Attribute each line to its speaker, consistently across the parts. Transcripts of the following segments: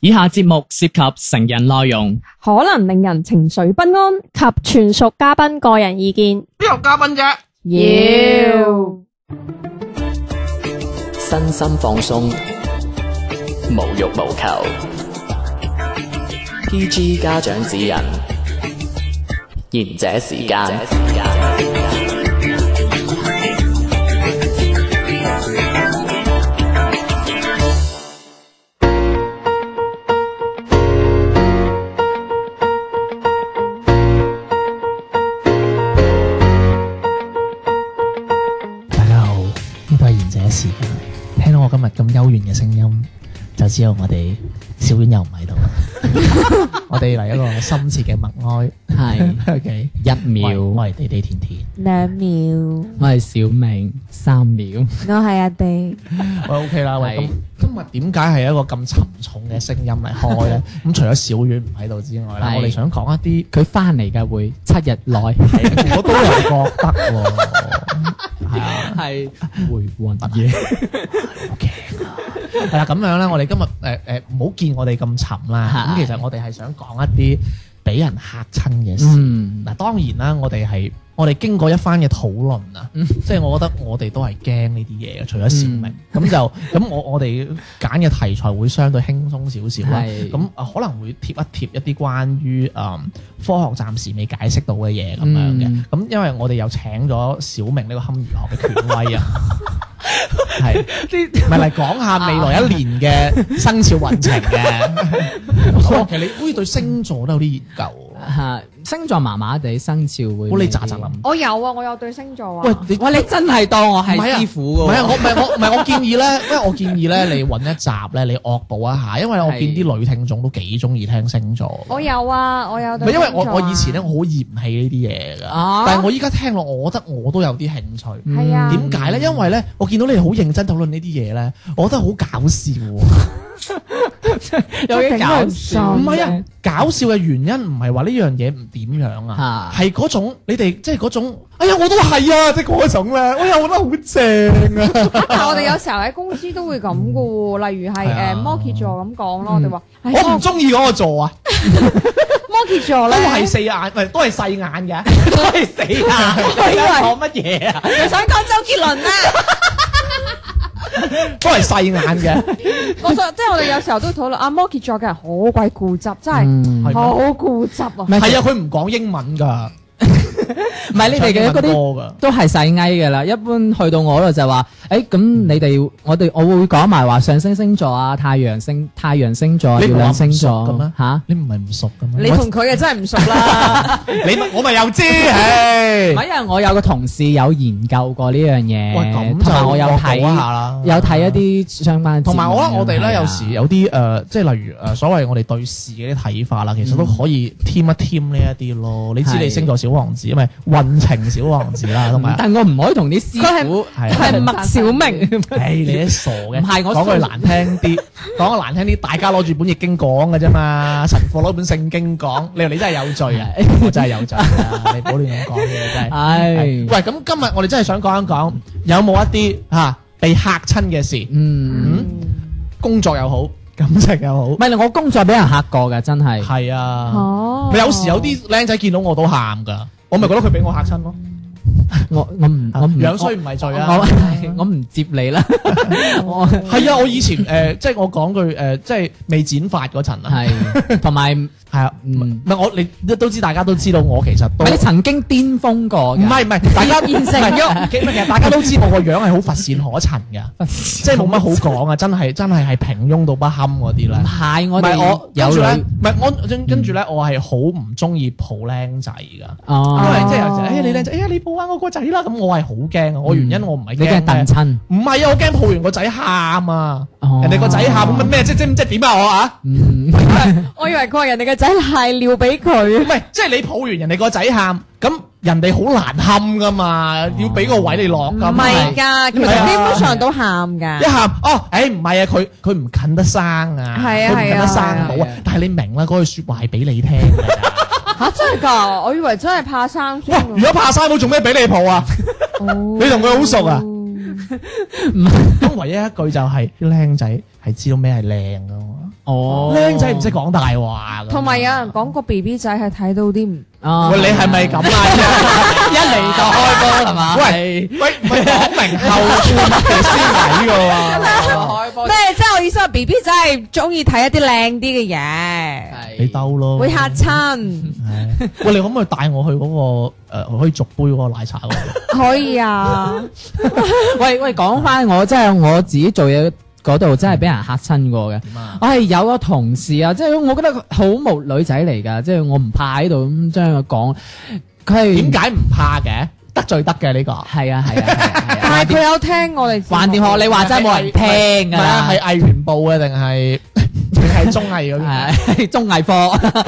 Speaker 1: 以下節目涉及成人內容，
Speaker 2: 可能令人情緒不安及全屬嘉賓個人意見。
Speaker 3: 邊有嘉賓 啫？
Speaker 4: 身心放鬆，無欲無求。PG 家長指引，賢者時間。
Speaker 5: 大家好，呢個係賢者時間。聽到我今日咁幽怨嘅聲音，就知道我哋小丸又唔喺度。 我哋嚟一個深切嘅默哀。
Speaker 1: 係
Speaker 5: OK，
Speaker 1: 一秒，
Speaker 5: 我係地地甜甜。
Speaker 6: 兩秒，
Speaker 1: 我係小明，三秒，
Speaker 6: 我係阿地，
Speaker 5: 喂，OK 啦，喂，
Speaker 1: 係
Speaker 5: 咁今日點解係一個咁沉重嘅聲音嚟開咧？咁除咗小丸唔喺度之外啦，
Speaker 1: 係
Speaker 5: 我哋想講一啲，
Speaker 1: 佢翻嚟嘅會七日內
Speaker 5: 我都有覺得喎。係啊。
Speaker 1: 係回魂夜，
Speaker 5: 係啦，咁樣咧，我哋今日誒誒唔好見我哋咁沉啦。咁
Speaker 1: 係
Speaker 5: 其實我哋係想講一啲俾人嚇親嘅事。
Speaker 1: 嗯，
Speaker 5: 嗱，當然啦，我哋係我哋經過一番嘅討論啊，
Speaker 1: 嗯
Speaker 5: 即係我覺得我哋都係驚呢啲嘢嘅，除咗小明
Speaker 1: 嗯
Speaker 5: 咁就咁我我哋揀嘅題材會相對輕鬆少少啦。
Speaker 1: 係
Speaker 5: 咁啊可能會貼一貼一啲關於誒、嗯科學暫時未解釋到嘅嘢咁樣
Speaker 1: 嗯
Speaker 5: 嘅。咁因為我哋又請咗小明呢個堪輿學嘅 權威啊。係，咪嚟講下未來一年嘅生肖運程嘅。
Speaker 1: 啊
Speaker 5: 我其實你好似對星座都有啲研究喎。
Speaker 1: 吓星座麻麻地，生肖會
Speaker 5: 好你
Speaker 1: 好啲
Speaker 5: 咋咋諗
Speaker 2: 我有啊，我有對星座
Speaker 5: 喂
Speaker 2: 啊。，
Speaker 5: 你
Speaker 1: 哇！你真係當我係
Speaker 5: 唔係啊
Speaker 1: 師傅
Speaker 5: 唔
Speaker 1: 㗎
Speaker 5: 係啊，
Speaker 1: 喎，
Speaker 5: 我唔係我唔係我建議 咧，因為我建議咧，你揾一集咧，你惡補一下，因為我見啲女聽眾都幾中意聽星座。
Speaker 2: 我有啊，我有
Speaker 5: 唔
Speaker 2: 對
Speaker 5: 係因為
Speaker 2: 星
Speaker 5: 我
Speaker 2: 座啊
Speaker 5: 我以前咧，我好嫌棄呢啲嘢
Speaker 1: 啊嗯
Speaker 5: 㗎，但係我依家聽落，我覺得我都有啲興趣。
Speaker 2: 係啊
Speaker 5: 點解咧？因為咧，我見到你哋好認真討論呢啲嘢咧，我覺得好搞笑 喎。
Speaker 1: 有啲搞笑，
Speaker 5: 唔係啊，搞笑嘅原因唔係話呢樣嘢唔點樣啊，
Speaker 1: 嚇
Speaker 5: 係嗰種你哋即係嗰種，哎呀我都係啊，即係嗰種咧，哎呀我覺得好正啊。
Speaker 2: 但係我哋有時候喺公司都會咁噶喎，例如係
Speaker 5: 係啊
Speaker 2: 誒摩羯座咁講咯，我哋話唉
Speaker 1: 啊
Speaker 5: 我唔中意嗰個座啊，
Speaker 2: 摩羯座
Speaker 5: 都
Speaker 2: 咧，
Speaker 5: 係四眼，唔係都係細 眼嘅，都係四眼。我講乜嘢啊？
Speaker 2: 你想講周杰 倫啊？
Speaker 5: 都係細眼 嘅，
Speaker 2: 我想即係我哋有時候都討論啊，摩羯座嘅人好鬼固執，真係
Speaker 1: 嗯
Speaker 5: 係咩
Speaker 2: 好固執啊！
Speaker 5: 係啊，佢唔講英文㗎，
Speaker 1: 唔係你哋嘅嗰啲。
Speaker 5: 啲歌
Speaker 1: 都係細埃嘅啦，一般去到我度就話，誒、咁你哋我哋我會講埋話上升星座啊、太陽星、太陽星座、啊
Speaker 5: 㗎。
Speaker 1: 月
Speaker 5: 你唔係
Speaker 1: 亮
Speaker 5: 唔
Speaker 1: 星
Speaker 5: 熟嘅
Speaker 1: 座
Speaker 5: 咩？
Speaker 1: 嚇，
Speaker 5: 你唔係唔熟嘅咩？
Speaker 2: 你同佢嘅真係唔熟啦，
Speaker 5: 你咪我咪又 知，唉
Speaker 1: 唔。係因為我有個同事有研究過呢樣
Speaker 5: 喂，咁
Speaker 1: 嘢，同埋
Speaker 5: 就
Speaker 1: 我有
Speaker 5: 惡補一下
Speaker 1: 睇
Speaker 5: 啦，
Speaker 1: 有睇一啲相關節目咁樣，
Speaker 5: 同埋我覺得我哋
Speaker 1: 係
Speaker 5: 咧
Speaker 1: 啊
Speaker 5: 有時有啲誒、呃即係例如誒、呃所謂我哋對事嘅啲睇法啦，其實都可以添一添呢一啲咯。你知
Speaker 1: 係
Speaker 5: 你星座小王子，咪運程小王子啦，同埋
Speaker 1: 但我唔可以同啲師傅啊
Speaker 5: 係
Speaker 2: 係
Speaker 1: 默
Speaker 2: 麥小明。
Speaker 5: 唉，你啲傻嘅，
Speaker 1: 唔係我
Speaker 5: 講句
Speaker 1: 信
Speaker 5: 難聽 啲，講句難聽啲，大家攞住本易經講嘅啫嘛，神父攞本聖經講，你話你真係有 罪啊！我真係有罪啊！你唔好亂咁講嘢真係。
Speaker 1: 唉
Speaker 5: 喂，，咁今日我哋真係想講一講，有冇一啲嚇、啊被嚇親嘅事？
Speaker 1: 嗯，
Speaker 5: 嗯，工作又好，感情又
Speaker 1: 唔係我工作俾人嚇過㗎，真係。
Speaker 5: 好，係啊，
Speaker 2: 哦
Speaker 5: 咪有時有啲僆仔見到我都喊㗎，我咪覺得佢俾我嚇親咯。
Speaker 1: 我我唔我唔
Speaker 5: 樣衰唔係罪啊
Speaker 1: 我！我唔接你 啦，我
Speaker 5: 係啊，我以前誒、呃即係我講句誒、呃即係未剪髮嗰陣啊。
Speaker 1: 係同埋
Speaker 5: 係啊，唔
Speaker 1: 嗯
Speaker 5: 唔係我你都知，大家都知道我其實都
Speaker 1: 唔係你曾經巔峰過
Speaker 5: 唔
Speaker 1: 㗎，
Speaker 5: 係唔係，大家唔
Speaker 2: 成
Speaker 5: 係其實大家都知我個樣係好乏善可陳㗎， 即係冇乜好講啊！真係真係係平庸到不堪嗰啲咧
Speaker 1: 唔。係
Speaker 5: 唔
Speaker 1: 我
Speaker 5: 係
Speaker 1: 哋
Speaker 5: 我跟
Speaker 1: 有
Speaker 5: 住咧，
Speaker 1: 女嗯
Speaker 5: 唔係我跟跟住咧，我係好唔中意抱僆仔㗎，因為
Speaker 1: 哦，
Speaker 5: 即係有時，哎呀你僆仔，哎呀你抱下我個仔啦，咁我係好驚啊！我原因我唔
Speaker 1: 嗯
Speaker 5: 係
Speaker 1: 你嘅
Speaker 5: 驚
Speaker 1: 鄧
Speaker 5: 咧，
Speaker 1: 親，
Speaker 5: 唔係啊，我驚抱完個仔喊啊，
Speaker 1: 哦
Speaker 5: 人哋個仔喊咁咩即即即點啊我啊！
Speaker 1: 嗯，
Speaker 2: 我以為佢話人哋嘅仔係尿俾佢。
Speaker 5: 唔係，即係你抱完人哋個仔喊，咁人哋好難堪噶嘛，要俾個位你落
Speaker 2: 唔
Speaker 1: 啊
Speaker 5: 噶嘛。
Speaker 2: 係㗎，其實
Speaker 5: 係啊
Speaker 2: 基本上都喊㗎
Speaker 5: 一。喊哦，誒唔係啊，佢佢唔近得生啊，
Speaker 2: 係啊
Speaker 5: 佢唔近得生
Speaker 1: 係啊
Speaker 5: 冇啊
Speaker 1: 係啊。
Speaker 5: 但係你明啦，嗰句説話係俾你聽㗎咋。
Speaker 2: 嚇真係㗎，我以為真係怕生疏
Speaker 5: 喂，
Speaker 3: 嗯
Speaker 5: 如果怕生，我做咩俾你抱啊？你同佢好熟啊？咁唯一一句就係啲僆仔係知道咩係靚噶嘛。
Speaker 1: 哦，
Speaker 5: 僆仔唔識講大話㗎
Speaker 3: 同埋有人講個 B B 仔係睇到啲唔
Speaker 1: 啊
Speaker 5: 喂，你係咪咁啊？
Speaker 1: 一嚟就開波係嘛？
Speaker 5: 喂喂，唔係講明後半嘅先睇㗎喎。
Speaker 1: 開波
Speaker 3: 咩？即係我意思話 B B 仔係中意睇一啲靚啲嘅嘢，
Speaker 5: 你兜
Speaker 1: 哦
Speaker 5: 咯。
Speaker 3: 會嚇 親。
Speaker 5: 係喂，你可唔可以帶我去嗰個誒可以續杯嗰個奶茶嗰度？
Speaker 3: 可以啊，
Speaker 1: 喂喂，講翻我真係我自己做嘢嗰度真係俾人嚇親過嘅。 我係有個同事啊，即係我覺得佢好無女仔嚟㗎，即係我唔怕喺度咁將佢講。佢係
Speaker 5: 點解唔怕嘅？得罪得嘅呢個。
Speaker 1: 係啊係啊係 啊係啊，
Speaker 3: 但係佢有聽我哋節目。
Speaker 1: 橫掂學你話齋冇人聽㗎
Speaker 5: 唔係啊，
Speaker 1: 啦，
Speaker 5: 係藝員部嘅定係定係綜藝嗰邊？
Speaker 1: 係 綜藝課。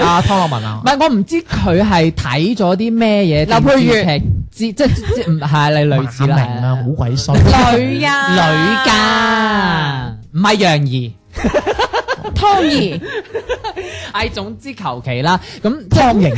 Speaker 5: 阿湯樂文啊
Speaker 1: 唔，係，我唔知佢係睇咗啲咩嘢
Speaker 3: 劉佩玥
Speaker 1: 電視劇，知即即即唔係你類似啦，
Speaker 5: 馬明啊，好鬼衰。
Speaker 3: 女啊，
Speaker 1: 女㗎，唔係楊怡。
Speaker 3: 湯兒，
Speaker 1: 唉，總之求其啦，咁即係
Speaker 5: 湯盈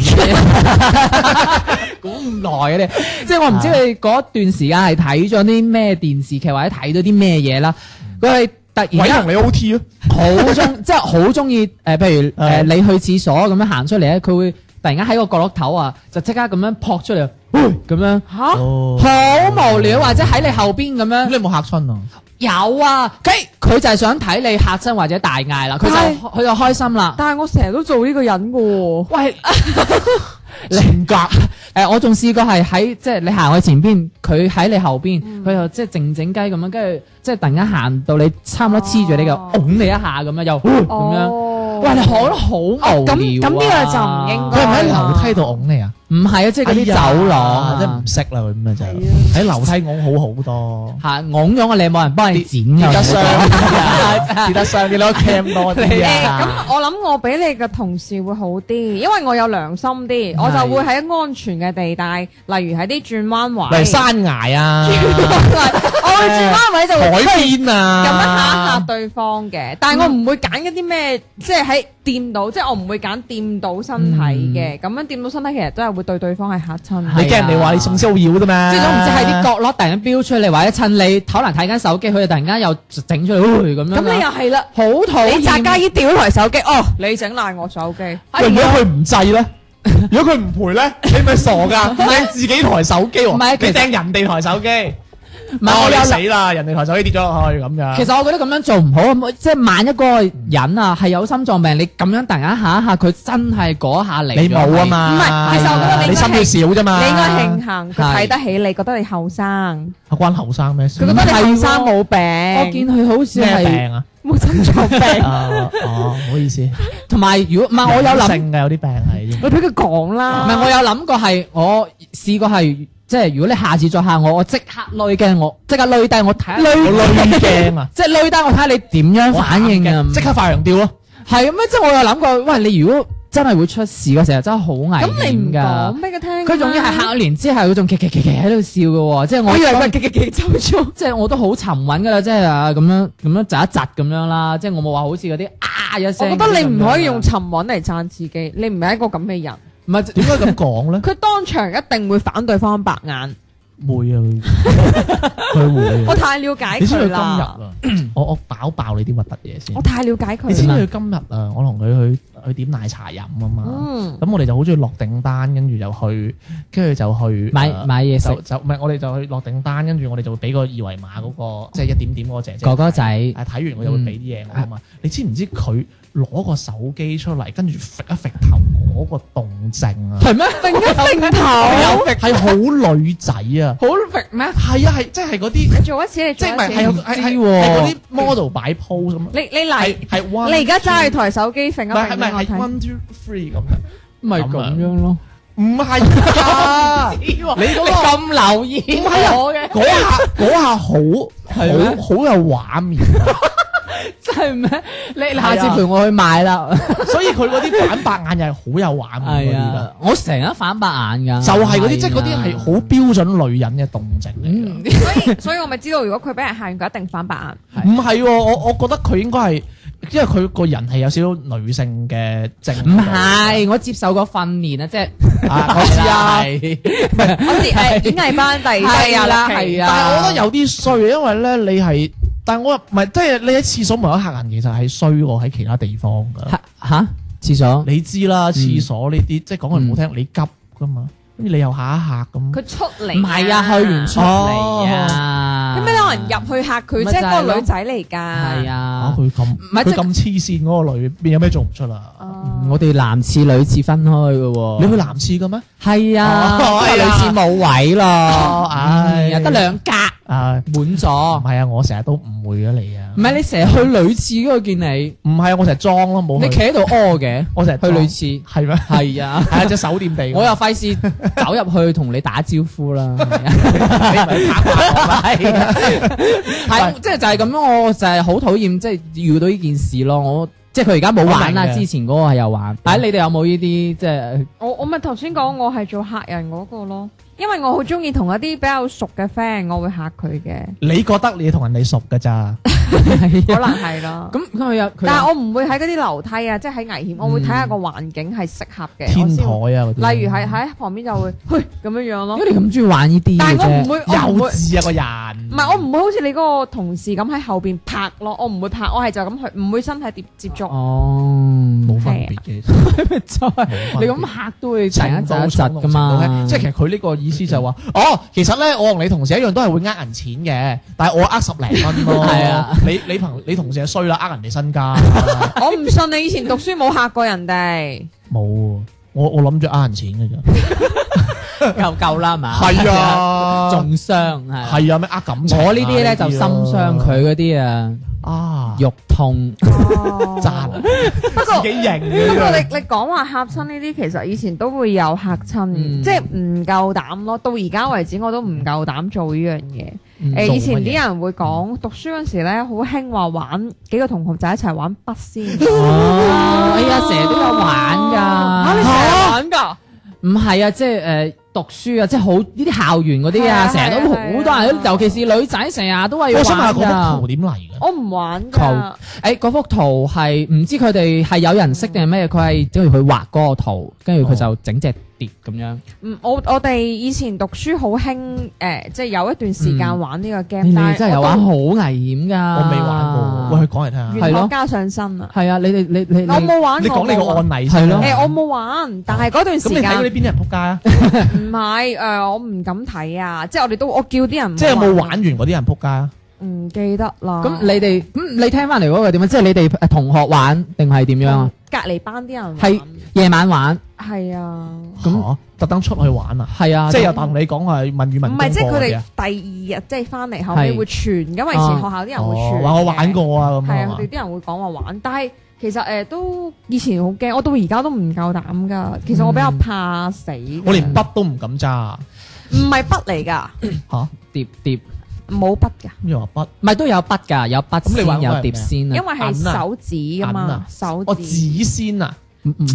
Speaker 1: 估唔耐嘅咧，即係我唔知你嗰段時間係睇咗啲咩電視劇或者睇咗啲咩嘢啦，佢係突然
Speaker 5: 鬼
Speaker 1: 間
Speaker 5: 同你 O T 咯，
Speaker 1: 好 中，即係好中意誒，譬如誒
Speaker 5: 嗯
Speaker 1: 你去廁所咁樣行出嚟咧，佢會突然間喺個角落頭啊，就即刻咁樣撲出嚟，喂咁樣
Speaker 3: 吓，
Speaker 1: 好無聊，或者喺你後邊咁
Speaker 5: 咁
Speaker 1: 樣
Speaker 5: 你有冇嚇親啊？
Speaker 1: 有啊，佢佢就係想睇你嚇親或者大嗌啦，佢
Speaker 3: 係
Speaker 1: 就佢就開心啦。
Speaker 3: 但係我成日都做呢個人㗎喎。
Speaker 1: 喂，性格誒，呃我仲試過係喺即係你行去前邊，佢喺你後邊，
Speaker 3: 嗯
Speaker 1: 佢又即係靜靜雞咁樣，跟住即係突然間行到你差唔多黐住你嘅，
Speaker 3: 哦
Speaker 1: 擁你一下咁樣又咁樣。
Speaker 3: 哦
Speaker 1: 喂，你可得好無聊啊
Speaker 3: 哦咁咁呢個就唔應該
Speaker 5: 佢係咪喺樓梯度㧬你啊？
Speaker 1: 唔係啊，即係嗰啲走廊
Speaker 5: 真係唔
Speaker 1: 啊，
Speaker 5: 識啦，佢咁啊真係。喺樓梯㧬好好多，
Speaker 1: 嚇擁咗我，你冇人幫你剪
Speaker 5: 跌
Speaker 1: 㗎。
Speaker 5: 得
Speaker 1: 我
Speaker 5: 傷啲 啊，跌得傷啲咯，cam 多啲
Speaker 3: 誒
Speaker 5: 啊。
Speaker 3: 咁我諗我比你嘅同事會好啲，因為我有良心啲，我就會喺安全嘅地帶，例如喺啲轉彎
Speaker 5: 例
Speaker 3: 位，
Speaker 5: 如山崖啊、
Speaker 3: 我會轉彎位就
Speaker 5: 海
Speaker 3: 會
Speaker 5: 邊
Speaker 3: 咁樣嚇一
Speaker 5: 啊
Speaker 3: 嚇。對方嘅，但係我唔會揀一啲咩，即係喺掂到，即係我唔會揀掂到身體嘅，咁樣掂到身體其實都係會對對方係嚇親
Speaker 5: 你
Speaker 3: 嘅。
Speaker 1: 嗯係
Speaker 5: 驚人哋話你性騷擾啫嘛？
Speaker 1: 即係都唔知喺啲角落突然間飆出嚟，或者趁你偷閒睇緊手機，佢就突然間又整出嚟，喂咁樣啦。
Speaker 3: 咁你又係啦，
Speaker 1: 好討厭啊
Speaker 3: 你扎家依掉台手機， 哦，你整爛我手機，
Speaker 1: 哎
Speaker 5: 喂，如果佢唔制咧，如果佢唔賠咧，你咪傻噶，你自己台手機喎，
Speaker 1: 唔係其實
Speaker 5: 你掟人哋台手機，
Speaker 1: 唔係
Speaker 5: 哦
Speaker 1: 我有
Speaker 5: 你
Speaker 1: 諗
Speaker 5: 死啦，人哋台手機跌咗落去咁樣。
Speaker 1: 其實我覺得咁樣做唔好，咁即係萬一嗰個人啊係有心臟病，你咁樣突然間嚇一嚇佢，真係嗰下嚟咗
Speaker 5: 你冇啊嘛，
Speaker 3: 唔係其實我覺得你
Speaker 5: 你
Speaker 3: 應該係
Speaker 5: 心血少啫嘛，
Speaker 3: 你應該慶幸佢
Speaker 1: 係
Speaker 3: 睇得起你，覺得你後生，
Speaker 5: 啊關後生咩事？
Speaker 3: 佢覺得
Speaker 1: 嗯
Speaker 3: 你
Speaker 1: 係
Speaker 3: 後
Speaker 1: 喎
Speaker 3: 生冇病。
Speaker 1: 係。我見佢好似
Speaker 5: 咩
Speaker 1: 係，
Speaker 5: 病啊？
Speaker 3: 冇心臟 病，
Speaker 5: 啊哦，唔好意思，
Speaker 1: 同埋如果唔係我有諗，
Speaker 5: 性嘅有啲病係已經。
Speaker 3: 你俾佢講
Speaker 1: 唔
Speaker 3: 啦。
Speaker 1: 係我有諗過係我試過係，即係如果你下次再嚇我，我即刻累嘅，我即刻累低我睇下，
Speaker 5: 我累驚啊！
Speaker 1: 即係累低我睇下你點樣反應啊！
Speaker 5: 即刻發羊吊咯！
Speaker 1: 係咁咩？即係我有諗過，喂，你如果真係會出事嘅時候，真係好危險㗎。
Speaker 3: 咁你唔講俾佢聽，
Speaker 1: 佢仲要係嚇
Speaker 3: 嚇，
Speaker 1: 完之後，佢仲騎騎騎騎喺度笑嘅喎，即係我
Speaker 3: 我以為佢極極極走咗。
Speaker 1: 即係我都好沉穩㗎啦，即係啊咁樣咁樣窒一窒咁樣啦，即係我冇話好似嗰啲啊一
Speaker 3: 我
Speaker 1: 聲。
Speaker 3: 覺得你唔可以用啊沉穩嚟讚自己，你唔係一個咁嘅人。
Speaker 1: 唔係
Speaker 5: 點解咁講咧？
Speaker 3: 佢當場一定會反對方白眼，
Speaker 5: 會啊， 佢佢會啊
Speaker 3: 我。太了解
Speaker 5: 你知唔
Speaker 3: 佢
Speaker 5: 知佢今日
Speaker 3: 啦
Speaker 5: 啊，？ 我我飽爆你啲核突嘢先
Speaker 3: 我。太了解
Speaker 5: 你知
Speaker 3: 佢
Speaker 5: 唔
Speaker 3: 啦。
Speaker 5: 知佢今日啊？我同佢去去點奶茶飲啊嘛。
Speaker 3: 嗯，
Speaker 5: 咁我哋就好中意落訂單，跟住就去，跟住就去
Speaker 1: 買
Speaker 5: 呃
Speaker 1: 買嘢食
Speaker 5: 就就唔係我哋就去落訂單，跟住我哋就會俾個二維碼嗰個即係一點點嗰個姐姐
Speaker 1: 嗯哥哥仔，嗯
Speaker 5: 啊睇完我就會俾啲嘢我啊嘛。你知唔知佢攞個手機出嚟，跟住揈一揈頭嗰個動靜啊？
Speaker 1: 係 咩？
Speaker 3: 定一定頭，
Speaker 1: 哦
Speaker 5: 係好女仔啊！
Speaker 3: 好揈咩？
Speaker 5: 係啊，係即係嗰啲，
Speaker 3: 你做一次，你
Speaker 5: 即
Speaker 3: 做一
Speaker 5: 係唔係
Speaker 3: 次。
Speaker 5: 係啊有係係
Speaker 1: 唔知喎
Speaker 5: 係嗰啲 model 擺 pose 咁啊？
Speaker 3: 你你嚟，
Speaker 5: 係係 one，
Speaker 3: 你而家揸住台手機揈一
Speaker 5: 唔係係
Speaker 3: 揈
Speaker 5: 咪
Speaker 3: 俾我
Speaker 5: 係
Speaker 3: 睇。
Speaker 5: one two three 咁樣？
Speaker 1: 咪咁樣咯。
Speaker 5: 唔係 啊！你嗰個
Speaker 1: 咁留意
Speaker 5: 唔係啊
Speaker 1: 我嘅，
Speaker 5: 嗰下嗰下好好好
Speaker 1: 係咩
Speaker 5: 有畫面啊，
Speaker 1: 真係咩？你你下次陪我去買啦。
Speaker 5: 所以佢嗰啲反白眼又係好有畫面
Speaker 1: 係
Speaker 5: 嗰啲㗎。
Speaker 1: 啊，我成日反白眼㗎。
Speaker 5: 就係嗰啲，即係
Speaker 1: 係啊
Speaker 5: 嗰啲係好標準女人嘅動靜嚟㗎。
Speaker 1: 嗯
Speaker 3: 所以所以我咪知道，如果佢俾人嚇完，佢一定反白眼。
Speaker 5: 唔係喎，我我覺得佢應該係，因為佢個人係有少少女性嘅症。
Speaker 1: 唔係，我接受過訓練啊，即係
Speaker 5: 啊，我知啊，
Speaker 3: 我哋誒演藝班第第
Speaker 1: 係
Speaker 3: 日
Speaker 1: 啦
Speaker 3: 啦，
Speaker 1: 係啊
Speaker 5: 但係我覺得有啲衰，因為咧你係但係我又唔係，即係你喺廁所門口嚇人，其實係衰過喺其他地方㗎。
Speaker 1: 吓吓，厕所
Speaker 5: 你知啦，廁所呢啲即係講句唔好聽，你急㗎嘛，跟住你又下一嚇咁。
Speaker 3: 佢出嚟
Speaker 1: 唔
Speaker 3: à.
Speaker 1: 係啊，去完出嚟啊，
Speaker 3: 咁咩可能入去嚇佢，
Speaker 1: 咪
Speaker 3: 即係
Speaker 1: 就
Speaker 3: 嗰
Speaker 1: 係
Speaker 3: 個女
Speaker 1: 咯
Speaker 3: 仔嚟㗎。
Speaker 1: 係
Speaker 5: 啊
Speaker 1: 啊！
Speaker 5: 佢咁
Speaker 1: 係
Speaker 5: 佢
Speaker 1: 即係
Speaker 5: 咁黐線嗰個女，邊有咩做唔出啊？
Speaker 3: 哦，
Speaker 1: 我哋男廁女廁分開嘅喎，
Speaker 5: 你去男廁嘅咩？
Speaker 1: 係啊，因
Speaker 5: 哦
Speaker 1: 為
Speaker 5: 哎
Speaker 1: 女
Speaker 5: 呀
Speaker 1: 廁冇位咯，
Speaker 5: 哦唉
Speaker 1: 嗯得兩格
Speaker 5: 啊，
Speaker 1: 滿
Speaker 5: 唔
Speaker 1: 咗，
Speaker 5: 係啊，我成日都誤會咗你啊
Speaker 1: 哦唔。係你成日去女廁嗰個見你，
Speaker 5: 唔係啊，我成日裝咯，冇去哦
Speaker 1: 你企喺度屙 嘅，
Speaker 5: 我成日
Speaker 1: 去女廁
Speaker 5: 廁係咩？
Speaker 1: 係 啊。
Speaker 5: 係啊，隻手掂地。
Speaker 1: 我又費事走入去同你打招呼 啦，啊係啊係即係就係咁樣，我就係好討厭即係遇到呢件事咯。我即係佢而家冇玩啦，
Speaker 5: 我明嘅
Speaker 1: 之前嗰個係有玩。但係你哋有冇呢啲即 係
Speaker 3: 我我咪頭先講，我係做客人嗰個咯，因為我好中意同一啲比較熟嘅 friend，我會嚇佢嘅，
Speaker 5: 你覺得你同人哋熟㗎咋？
Speaker 3: 可能係啦。
Speaker 1: 咁佢有佢
Speaker 3: 但
Speaker 1: 有嗯
Speaker 3: 係我唔會喺嗰啲樓梯啊，即係喺危險，我會睇下個環境係適合嘅。
Speaker 5: 天
Speaker 3: 我
Speaker 5: 台
Speaker 3: 先
Speaker 5: 啊
Speaker 3: 會
Speaker 5: 嗰啲。
Speaker 3: 例如係喺旁邊就會，嘿咁樣樣咯。
Speaker 1: 如果你咁中意玩呢啲嘅
Speaker 3: 但係我唔
Speaker 1: 啫，
Speaker 3: 會，我唔
Speaker 5: 幼
Speaker 3: 會，
Speaker 5: 稚啊個人。
Speaker 3: 唔係我唔會好似你嗰個同事咁喺後邊拍咯，我唔會拍，我係就咁去，唔會身體接接觸。
Speaker 1: 哦，
Speaker 5: 冇分別嘅，
Speaker 1: 就係你咁嚇都 會成一窒一窒噶嘛。
Speaker 5: 即係其實佢呢個意思就係話，哦，其實咧我同你同事一樣都係會呃人錢嘅，但係我呃十零蚊 咯。
Speaker 1: 係啊，
Speaker 5: 你你朋你同事就衰啦，呃人哋身 家
Speaker 3: 我唔信你以前讀書冇嚇過人哋。
Speaker 5: 冇喎。我我諗住呃人錢嘅啫，
Speaker 1: 夠夠啦嘛，
Speaker 5: 係 啊
Speaker 1: 重傷係。
Speaker 5: 係啊咩呃感情啊
Speaker 1: 我呢啲咧就心傷佢嗰啲啊，
Speaker 5: 啊，
Speaker 1: 肉痛。
Speaker 3: 哦
Speaker 5: 渣男
Speaker 3: 不過
Speaker 5: 自己認
Speaker 3: 不過你
Speaker 5: 嘅，
Speaker 3: 你講話嚇親呢啲，其實以前都會有嚇親，
Speaker 1: 嗯
Speaker 3: 即係唔夠膽咯。到而家為止，我都唔夠膽做呢樣嘢。
Speaker 1: 嗯
Speaker 3: 誒、
Speaker 5: 做乜嘢
Speaker 3: 以前啲人會講讀書嗰陣時咧，好興話玩幾個同學仔一齊玩筆仙。
Speaker 1: 哦，哎呀，成日都有玩
Speaker 3: 嚇啊你成
Speaker 1: 噶，
Speaker 3: 日玩㗎？
Speaker 1: 唔係啊，即係誒讀書啊，即係好呢啲校園嗰啲
Speaker 3: 係
Speaker 1: 啊，
Speaker 3: 啊
Speaker 1: 成日都
Speaker 3: 係啊係啊
Speaker 1: 好多人，尤其是女仔，成日都係
Speaker 5: 我
Speaker 1: 要
Speaker 5: 想問下
Speaker 1: 玩
Speaker 5: 嗰幅圖
Speaker 1: 噶。
Speaker 5: 點嚟嘅？
Speaker 3: 我唔玩㗎
Speaker 1: 求。誒嗰幅圖係唔知佢哋係有人識定係咩？佢係跟住佢畫嗰個圖，跟住佢就整隻碟咁樣。
Speaker 3: 嗯，我我哋以前讀書好興誒，即係有一段時間玩呢個
Speaker 1: 嗯你
Speaker 3: game，、但
Speaker 1: 哋
Speaker 3: 係
Speaker 1: 真係有
Speaker 3: 我都
Speaker 1: 玩好危險㗎。
Speaker 5: 我未玩過喎，喂，講嚟聽下。
Speaker 1: 係
Speaker 3: 玄
Speaker 1: 咯
Speaker 3: 學加上身啊！
Speaker 1: 係啊，你哋你你
Speaker 3: 我冇玩
Speaker 5: 你
Speaker 3: 過，
Speaker 5: 講你
Speaker 3: 我冇玩
Speaker 5: 個案例
Speaker 1: 係
Speaker 5: 先
Speaker 1: 咯
Speaker 5: 啦。
Speaker 3: 誒、我冇玩，但係嗰段時
Speaker 5: 咁你睇
Speaker 3: 間
Speaker 5: 嗰啲邊啲人撲街啊？
Speaker 3: 唔係誒，我唔敢睇啊！即係我哋都我叫啲人唔好
Speaker 5: 即係有冇玩完嗰啲人撲街啊？
Speaker 3: 唔記得啦。
Speaker 1: 咁你哋咁你聽翻嚟嗰個點啊？即係你哋誒同學玩定係點樣啊？
Speaker 3: 隔離班啲人玩
Speaker 1: 係夜晚玩
Speaker 3: 係啊，
Speaker 5: 咁、特登出去玩啊？
Speaker 1: 係啊，
Speaker 5: 即係又同你講係問與
Speaker 3: 唔
Speaker 5: 問
Speaker 3: 係即係
Speaker 5: 功
Speaker 3: 佢
Speaker 5: 課
Speaker 3: 哋
Speaker 5: 嗰啲啊
Speaker 3: 第二日即係翻嚟後尾
Speaker 1: 係
Speaker 3: 會傳，因為以前學校啲人會
Speaker 5: 哦
Speaker 3: 傳。
Speaker 5: 話我玩。過啊咁
Speaker 3: 係
Speaker 5: 係
Speaker 3: 啊，
Speaker 5: 嘛
Speaker 3: 佢哋啲人會講話玩，但係其實誒都以前好驚，我到而家都唔夠膽㗎。其實我比較怕死㗎。
Speaker 5: 我連筆都唔敢揸嚇，
Speaker 3: 唔係筆嚟㗎，
Speaker 5: 咁
Speaker 1: 碟碟。
Speaker 3: 冇筆㗎，
Speaker 5: 你話筆
Speaker 1: 唔係都有筆㗎，有筆
Speaker 5: 咁你玩
Speaker 1: 先
Speaker 5: 嗰
Speaker 1: 有
Speaker 5: 個係
Speaker 1: 碟
Speaker 5: 咩啊
Speaker 1: 先
Speaker 3: 因
Speaker 1: 啊，
Speaker 3: 為係
Speaker 5: 銀啊
Speaker 3: 手指㗎
Speaker 5: 銀
Speaker 3: 嘛
Speaker 5: 啊，
Speaker 3: 手
Speaker 5: 我
Speaker 3: 指。
Speaker 5: 紙先啊，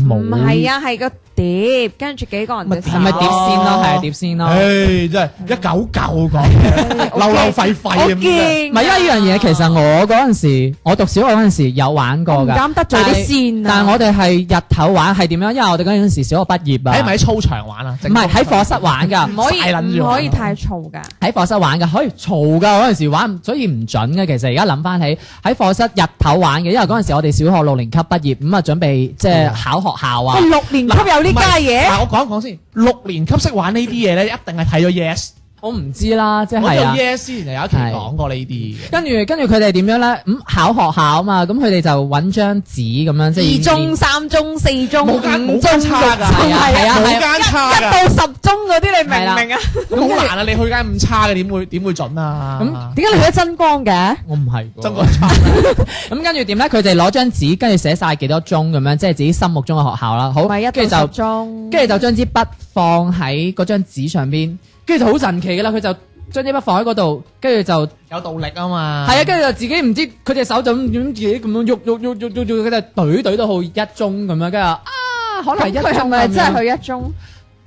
Speaker 1: 冇
Speaker 3: 唔係啊，係個碟，跟住幾個人隻手。
Speaker 1: 嗯係咪碟先
Speaker 3: 哦
Speaker 1: 咯？係碟先咯。唔
Speaker 5: 唉，真係一嚿嚿 講，漏漏費費
Speaker 3: 我
Speaker 5: 咁嘅。
Speaker 3: 驚。
Speaker 1: 係因為呢樣嘢，其實我嗰陣時，我讀小學嗰陣時有玩過
Speaker 3: 我唔
Speaker 1: 㗎，
Speaker 3: 敢得罪啲線啊。
Speaker 1: 但係我哋係日頭玩係點樣？啊因為我哋嗰陣時小學畢業
Speaker 5: 喺咪
Speaker 1: 啊，
Speaker 5: 喺操場玩啊？
Speaker 1: 唔係喺課室玩㗎，
Speaker 3: 唔可
Speaker 5: 晒撚
Speaker 3: 以
Speaker 5: 咗
Speaker 3: 唔
Speaker 5: 啊
Speaker 3: 可以太嘈㗎。
Speaker 1: 喺課室玩㗎，可以嘈㗎嗰陣時玩，所以唔準嘅。其實而家諗翻起喺課室日頭玩嘅，因為嗰陣時我哋小學六年級畢業，咁啊準備即
Speaker 5: 嗯
Speaker 1: 係考學校啊。
Speaker 3: 六年級有呢家嘢，
Speaker 5: 嗱，我講一講先，六年級識玩呢啲嘢咧，一定係睇咗 Yes。
Speaker 1: 我唔知啦，即
Speaker 5: 我
Speaker 1: 係啊
Speaker 5: 有。Yes 之前有一期講過呢啲嘅。
Speaker 1: 跟住跟住佢哋點樣咧？咁、考學校啊嘛，咁佢哋就揾張紙咁樣，即
Speaker 3: 二
Speaker 1: 係
Speaker 3: 中、三中、四中、
Speaker 5: 冇間
Speaker 3: 五中、
Speaker 5: 冇
Speaker 3: 六
Speaker 5: 間
Speaker 3: 中，
Speaker 5: 差㗎
Speaker 1: 係啊係啊
Speaker 5: 冇
Speaker 1: 係啊，
Speaker 5: 間差
Speaker 3: 一
Speaker 5: 㗎，
Speaker 3: 到十中嗰啲，你明唔明啊？
Speaker 5: 好難啊！你去間咁差嘅點會點會準啊？
Speaker 1: 咁
Speaker 3: 點解你去咗真光嘅？
Speaker 1: 我唔係
Speaker 5: 真
Speaker 1: 喎。
Speaker 5: 個差。
Speaker 1: 咁跟住點咧？佢哋攞張紙，跟住寫晒幾多中咁樣，即係自己心目中嘅學校啦。好，
Speaker 3: 唔係
Speaker 1: 跟
Speaker 3: 一
Speaker 1: 住
Speaker 3: 到
Speaker 1: 就
Speaker 3: 十中，
Speaker 1: 跟住就將支筆放喺嗰張紙上邊，跟住就好神奇噶啦。佢就將支筆放喺嗰度，跟住就
Speaker 5: 有道力啊嘛。
Speaker 1: 係啊，跟住就自己唔知佢隻手就咁咁自己咁樣喐喐喐喐喐喐，佢就懟懟到好一中咁樣，跟住啊，可能
Speaker 3: 咁
Speaker 1: 一中
Speaker 3: 佢係咪
Speaker 1: 咁樣
Speaker 3: 真係去一中？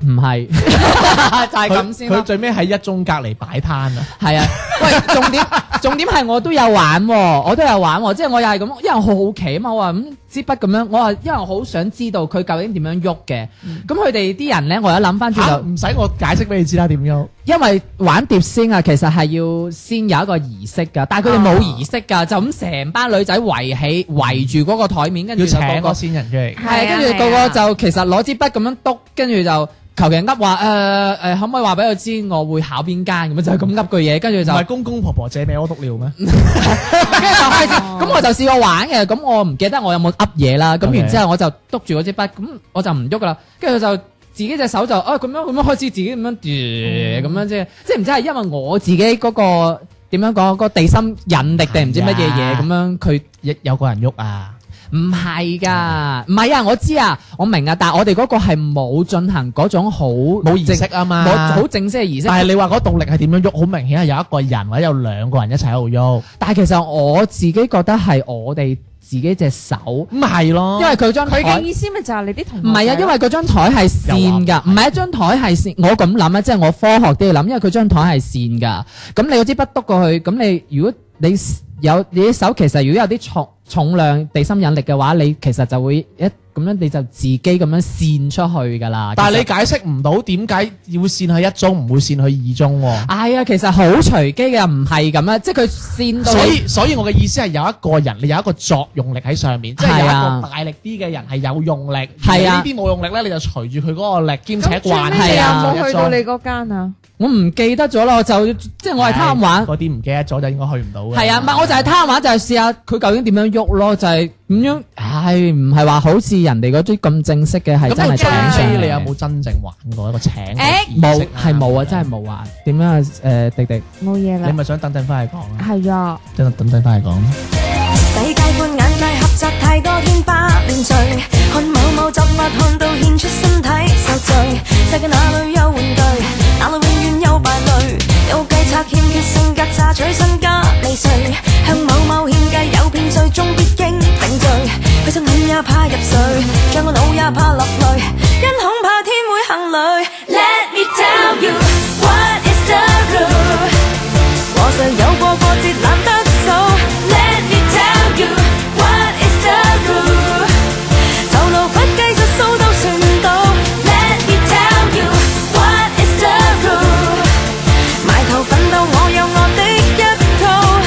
Speaker 1: 唔係就係
Speaker 5: 佢
Speaker 1: 咁先啦
Speaker 5: 佢最尾喺一中隔離擺攤啊！
Speaker 1: 係啊，喂，重點重點係我都有玩喎，我都有玩喎，即係我又係咁，因為我好好奇啊嘛，我話咁支筆咁樣，我話因為我好想知道佢究竟點樣喐嘅。咁佢哋啲人咧，我而家諗翻轉
Speaker 5: 嗯嚇
Speaker 1: 頭，
Speaker 5: 啊唔使我解釋俾你知啦，點樣？
Speaker 1: 因為玩碟仙啊，其實係要先有一個儀式㗎，但係佢
Speaker 5: 啊
Speaker 1: 哋冇儀式㗎，就咁成班女仔圍起圍住嗰個台面，跟住
Speaker 5: 要
Speaker 1: 就
Speaker 5: 請
Speaker 1: 個
Speaker 5: 個
Speaker 1: 個
Speaker 5: 先人出嚟。
Speaker 1: 係，啊跟住個個就其實攞支筆咁樣篤，跟住就求其噏話誒誒，可唔可以話俾我知我會考邊間咁樣，就係咁噏句嘢，跟住
Speaker 5: 唔
Speaker 1: 就 嗯
Speaker 5: 係公公婆婆借俾我督尿咩？
Speaker 1: 跟住就開始，咁我就試過玩嘅，咁我唔記得我有冇噏嘢啦，咁
Speaker 5: OK
Speaker 1: 然之後我就督住嗰支筆，咁我就唔喐噶啦，跟住就自己隻手就啊咁樣咁樣開始自己咁樣呃咁樣啫，即係唔知係因為我自己嗰個點樣講個地心引力定唔知乜嘢
Speaker 5: 係
Speaker 1: 嘢
Speaker 5: 啊
Speaker 1: 咁樣佢。
Speaker 5: 有有個人喐啊！
Speaker 1: 唔係㗎，唔係啊！我知啊，我明啊，但係我哋嗰個係冇進行嗰種好冇
Speaker 5: 冇儀式啊嘛
Speaker 1: 冇好正式嘅儀式。
Speaker 5: 但係你話嗰動力係點樣喐？好明顯係有一個人或者有兩個人一齊喺度喐，
Speaker 1: 但係其實我自己覺得係我哋自己隻手，
Speaker 5: 咁係咯。
Speaker 1: 因為佢張
Speaker 3: 佢嘅
Speaker 1: 台
Speaker 3: 意思咪就係你啲同
Speaker 1: 唔係啊，因為嗰張台係線
Speaker 5: 又
Speaker 1: 㗎，唔係一張台係線。我咁諗啊，即係我科學啲諗，因為佢張台係線㗎。咁你嗰支筆篤過去，咁你如果你有你啲手其實如果有啲重重量地心引力嘅話，你其實就會一咁樣你就自己咁樣線出去㗎啦。
Speaker 5: 但
Speaker 1: 其實
Speaker 5: 係你解釋唔到點解要線去一中，唔會線去二中喎。
Speaker 1: 哎呀，其實好隨機嘅，唔係咁啊，即係佢線到
Speaker 5: 所
Speaker 1: 你。
Speaker 5: 以所以我嘅意思係有一個人，你有一個作用力喺上面，即係有
Speaker 1: 係啊
Speaker 5: 一個大力啲嘅人係有用力，
Speaker 1: 係啊
Speaker 5: 而你呢啲冇用力咧，你就隨住佢嗰個力兼且慣
Speaker 1: 最尾
Speaker 5: 係
Speaker 1: 係啊
Speaker 3: 你有冇去到你嗰間啊？
Speaker 1: 我唔記得咗啦，我就即係我係貪玩，
Speaker 5: 嗰啲唔記得咗就應該去唔到嘅。
Speaker 1: 係啊，唔係我就係貪玩，就係試下佢究竟點樣喐咯，就係咁樣，唉，唔係話好似人哋嗰啲咁正式嘅係
Speaker 5: 咁
Speaker 1: 真
Speaker 5: 到
Speaker 1: 係請上
Speaker 5: 最尾
Speaker 1: 嚟
Speaker 5: 你有冇真正玩過一個請嘅儀式
Speaker 1: 冇係冇啊，真係冇啊，點樣啊？誒，迪迪，
Speaker 3: 冇嘢
Speaker 5: 你咪想等陣翻嚟講啊？
Speaker 3: 係啊，
Speaker 5: 等等陣翻嚟講。啊
Speaker 7: 世界半眼內合集太多天花亂墜，看某某雜物看到獻出身體受罪。世界哪裏有玩具，哪裏永遠有敗類，有計策欠缺性格榨取身家未遂，向某某獻計有騙罪，終必經定罪。佢想眼也怕入睡，像個腦也怕落淚，因恐怕天會行雷。Let me tell you what is the rule。我就有過過節懶得數，Let me tell you what is the rule。頭腦不計就數到全到，Let me tell you what is the rule。埋頭奮鬥，我有我的一套，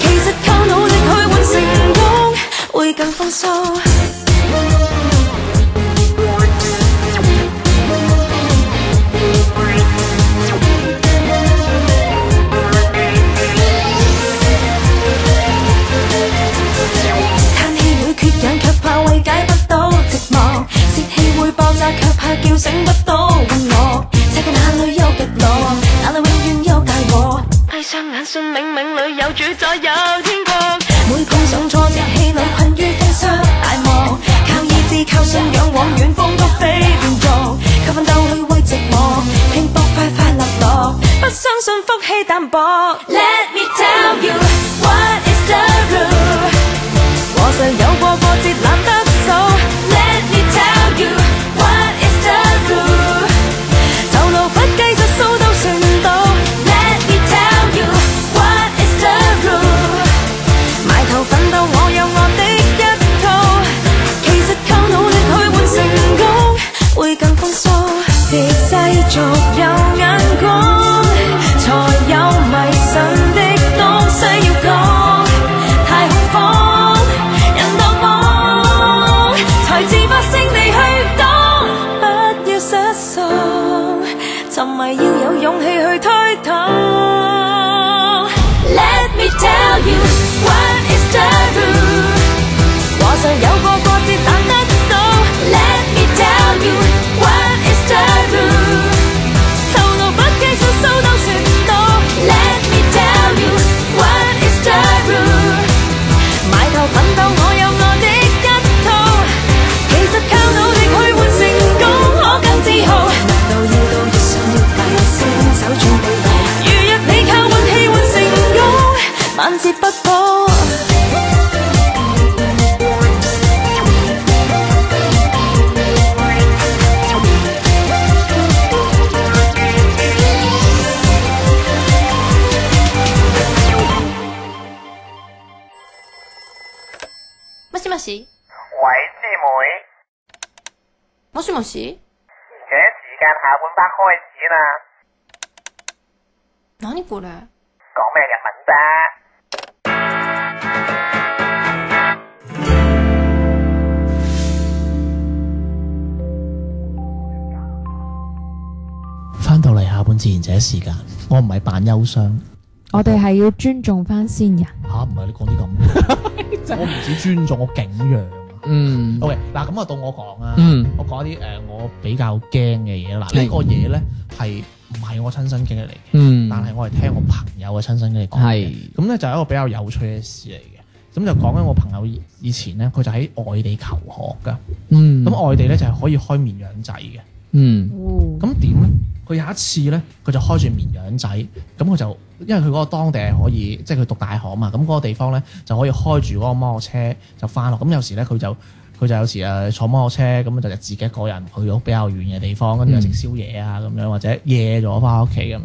Speaker 7: 其實靠努力去換成功，會更風騷。叹氣會缺氧，卻怕慰解不到寂寞；泄氣會爆炸，卻怕叫醒不到我。世界哪裏有極樂，哪裏永遠有大禍。閉上眼，信冥冥裏有主宰，有天國。每碰上挫折，氣餒困於風霜大漠，靠意志，靠信仰，往遠方都飛變做。靠奮鬥去慰寂寞，拼搏快快樂樂，不相信福氣淡薄。Let me tell you what is the rule。我就有過過節懶得數，Let me tell you what is the rule。頭腦不計就數到全到，Let me tell you what is the rule。埋頭奮鬥，我有我的一套，其實靠努力去換成功，會更風騷。是世俗有眼光，才有迷信
Speaker 8: 位師妹，
Speaker 6: 我说我事？
Speaker 8: 而時間下半 part 開始啦，
Speaker 6: 哪呢個咧？
Speaker 8: 講咩日文啫？
Speaker 5: 翻到嚟下半自然者時間，我唔係扮憂傷吓
Speaker 3: 我哋係要尊重翻先人。，
Speaker 5: 唔係你講啲咁， 我唔止尊重，我敬仰啊。
Speaker 1: 嗯
Speaker 5: OK，嗱咁啊，到我講啊，
Speaker 1: 嗯
Speaker 5: 我講一啲誒、呃我比較驚嘅嘢啦。嗱
Speaker 1: 係
Speaker 5: 呢個嘢咧係唔係我親身經歷嚟嘅？
Speaker 1: 嗯，
Speaker 5: 但係我係聽我朋友嘅親身經歷講嘅
Speaker 1: 係。
Speaker 5: 咁咧就係一個比較有趣嘅事嚟嘅。咁就講緊我朋友以以前咧，佢就喺外地求學噶。
Speaker 1: 嗯
Speaker 5: 咁、外地咧就係可以開綿羊仔嘅。
Speaker 1: 嗯
Speaker 5: 咁點咧？佢有一次咧，佢就開住綿羊仔，咁佢就因為佢嗰個當地係可以，即係佢讀大學啊嘛，咁嗰個地方咧就可以開住嗰個摩托車就翻學。咁有時咧佢就佢就有時誒坐摩托車，咁就自己一個人去咗比較遠嘅地方，跟住就食宵夜啊咁樣，或者夜咗翻屋企咁樣。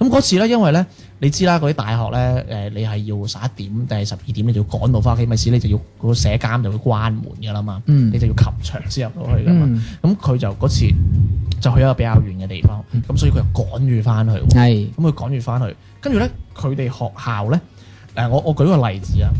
Speaker 5: 咁嗰次咧，因為咧你知啦，嗰啲大學咧誒、你係要十一點定係十二點，你就要趕到翻屋企，咪時你就要嗰個社監就會關門㗎啦嘛，
Speaker 1: 嗯
Speaker 5: 你就要及場先入到去㗎嘛。
Speaker 1: 嗯
Speaker 5: 咁佢就嗰次就去一個比較遠嘅地方，
Speaker 1: 嗯
Speaker 5: 咁、所以佢就趕住翻去喎。
Speaker 1: 係
Speaker 5: 咁佢趕住翻去，跟住咧佢哋學校咧，誒我我舉個例子啊，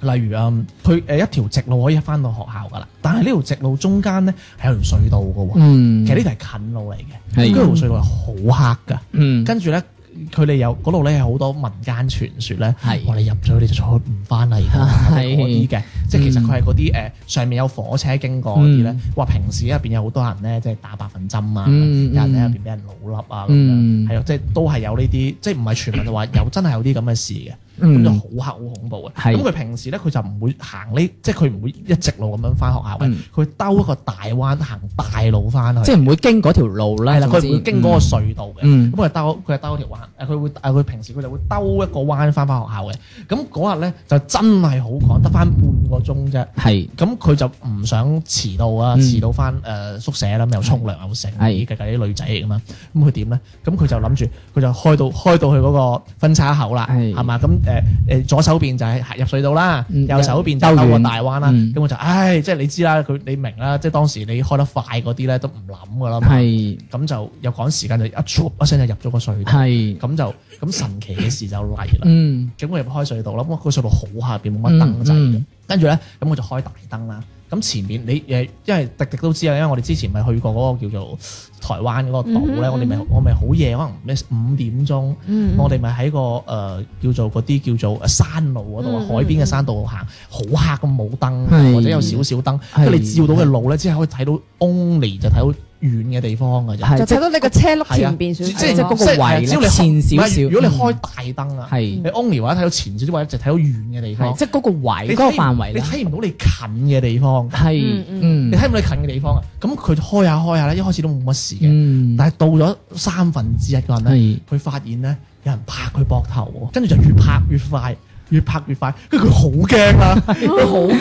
Speaker 5: 例如啊，佢誒一條直路可以翻到學校噶啦，但係呢條直路中間咧係有條隧道噶喎，
Speaker 1: 嗯，
Speaker 5: 其實呢條係近路嚟嘅，
Speaker 1: 係
Speaker 5: 跟住條隧道係好黑噶，
Speaker 1: 嗯
Speaker 5: 跟住咧。佢哋有嗰度咧，有好多民間傳說咧，
Speaker 1: 係
Speaker 5: 我哋入咗去你就出唔翻嚟㗎 啦
Speaker 1: 係嗯
Speaker 5: 嗰啲嘅，即係其實佢係嗰啲誒上面有火車經過嗰啲咧，話平時入邊有好多人咧，即係打百分針啊，
Speaker 1: 嗯
Speaker 5: 有人喺入邊俾人老笠啊咁
Speaker 1: 嗯
Speaker 5: 樣，係啊，即係都係有呢啲，即係唔係傳聞就話有真係有啲咁嘅事嘅，咁
Speaker 1: 嗯
Speaker 5: 就好黑好恐怖嘅。
Speaker 1: 係
Speaker 5: 咁佢平時咧佢就唔會行呢，即係佢唔會一直路咁樣翻學校嘅
Speaker 1: 嗯，
Speaker 5: 佢兜一個大彎行大路翻去。
Speaker 1: 即係唔會經嗰條路啦，
Speaker 5: 係啦，佢
Speaker 1: 總
Speaker 5: 唔
Speaker 1: 之
Speaker 5: 會經嗰個隧道嘅，
Speaker 1: 嗯
Speaker 5: 咁佢兜佢係兜條彎，誒佢會誒佢平時佢就會兜一個彎翻翻學校嘅，咁嗰日咧就真係好趕，得翻半個鐘啫，
Speaker 1: 係
Speaker 5: 咁佢就唔想遲到啊，
Speaker 1: 嗯
Speaker 5: 遲到翻誒宿舍啦，咁又沖涼又剩，
Speaker 1: 係
Speaker 5: 計計啲女仔嚟噶嘛，咁佢點咧？咁佢就諗住佢就開到開到去嗰個分叉口啦，
Speaker 1: 係
Speaker 5: 係嘛？咁誒誒左手邊就係入隧道啦，
Speaker 1: 嗯
Speaker 5: 右手邊
Speaker 1: 兜
Speaker 5: 就兜個
Speaker 1: 遠
Speaker 5: 大彎啦，
Speaker 1: 嗯
Speaker 5: 咁我就唉，即係你知啦，佢你明啦，即係當時你開得快嗰啲咧都唔諗噶啦嘛。
Speaker 1: 係
Speaker 5: 咁就又趕時間就一唰一聲就入咗個隧道，
Speaker 1: 係
Speaker 5: 咁就咁神奇嘅事就嚟啦。
Speaker 1: 嗯
Speaker 5: 咁我入開隧道啦，咁個隧道好下邊冇乜燈掣
Speaker 1: 嗯
Speaker 5: 嘅
Speaker 1: 嗯，
Speaker 5: 跟住咧咁我就開大燈啦。咁前面你誒，因為迪迪都知啊，因為我哋之前咪去過嗰個叫做台灣嗰個
Speaker 1: 嗯
Speaker 5: 島咧，我哋咪我咪好夜，可能咩五點鐘，我哋咪喺個誒叫做嗰啲叫做呃山路嗰度啊，海邊嘅山道行，好黑咁冇燈，
Speaker 1: 嗯
Speaker 5: 啊
Speaker 1: 係
Speaker 5: 或者有少少燈，
Speaker 1: 係
Speaker 5: 跟住你照到嘅路咧，只係可以睇到 only 就睇到遠嘅地方㗎啫。
Speaker 1: 係啊
Speaker 3: 就睇到你個車轆前邊少啊
Speaker 5: 即
Speaker 3: 少，
Speaker 5: 係
Speaker 1: 即係嗰個
Speaker 5: 係
Speaker 1: 圍咧
Speaker 5: 只要你
Speaker 1: 前
Speaker 5: 開
Speaker 1: 少少
Speaker 5: 唔係如果你開大燈啊，
Speaker 1: 係
Speaker 5: 你 only 或者睇到前少少，或者就睇到遠嘅地
Speaker 1: 係
Speaker 5: 方，
Speaker 1: 即係嗰個
Speaker 5: 你
Speaker 1: 位嗰
Speaker 5: 睇
Speaker 1: 個
Speaker 5: 唔
Speaker 1: 範圍
Speaker 5: 你
Speaker 1: 啦，
Speaker 5: 睇唔到你近嘅地方，啊
Speaker 1: 係嗯
Speaker 5: 你睇唔到你近嘅地方啊。咁佢就開下開下咧，一開始都冇乜事嘅，
Speaker 1: 嗯
Speaker 5: 但係到咗三分之一嗰陣咧
Speaker 1: 係，
Speaker 5: 佢發現咧有人拍佢膊頭喎，跟住就越拍越快。越拍越快，跟住佢好驚啦， 佢好驚，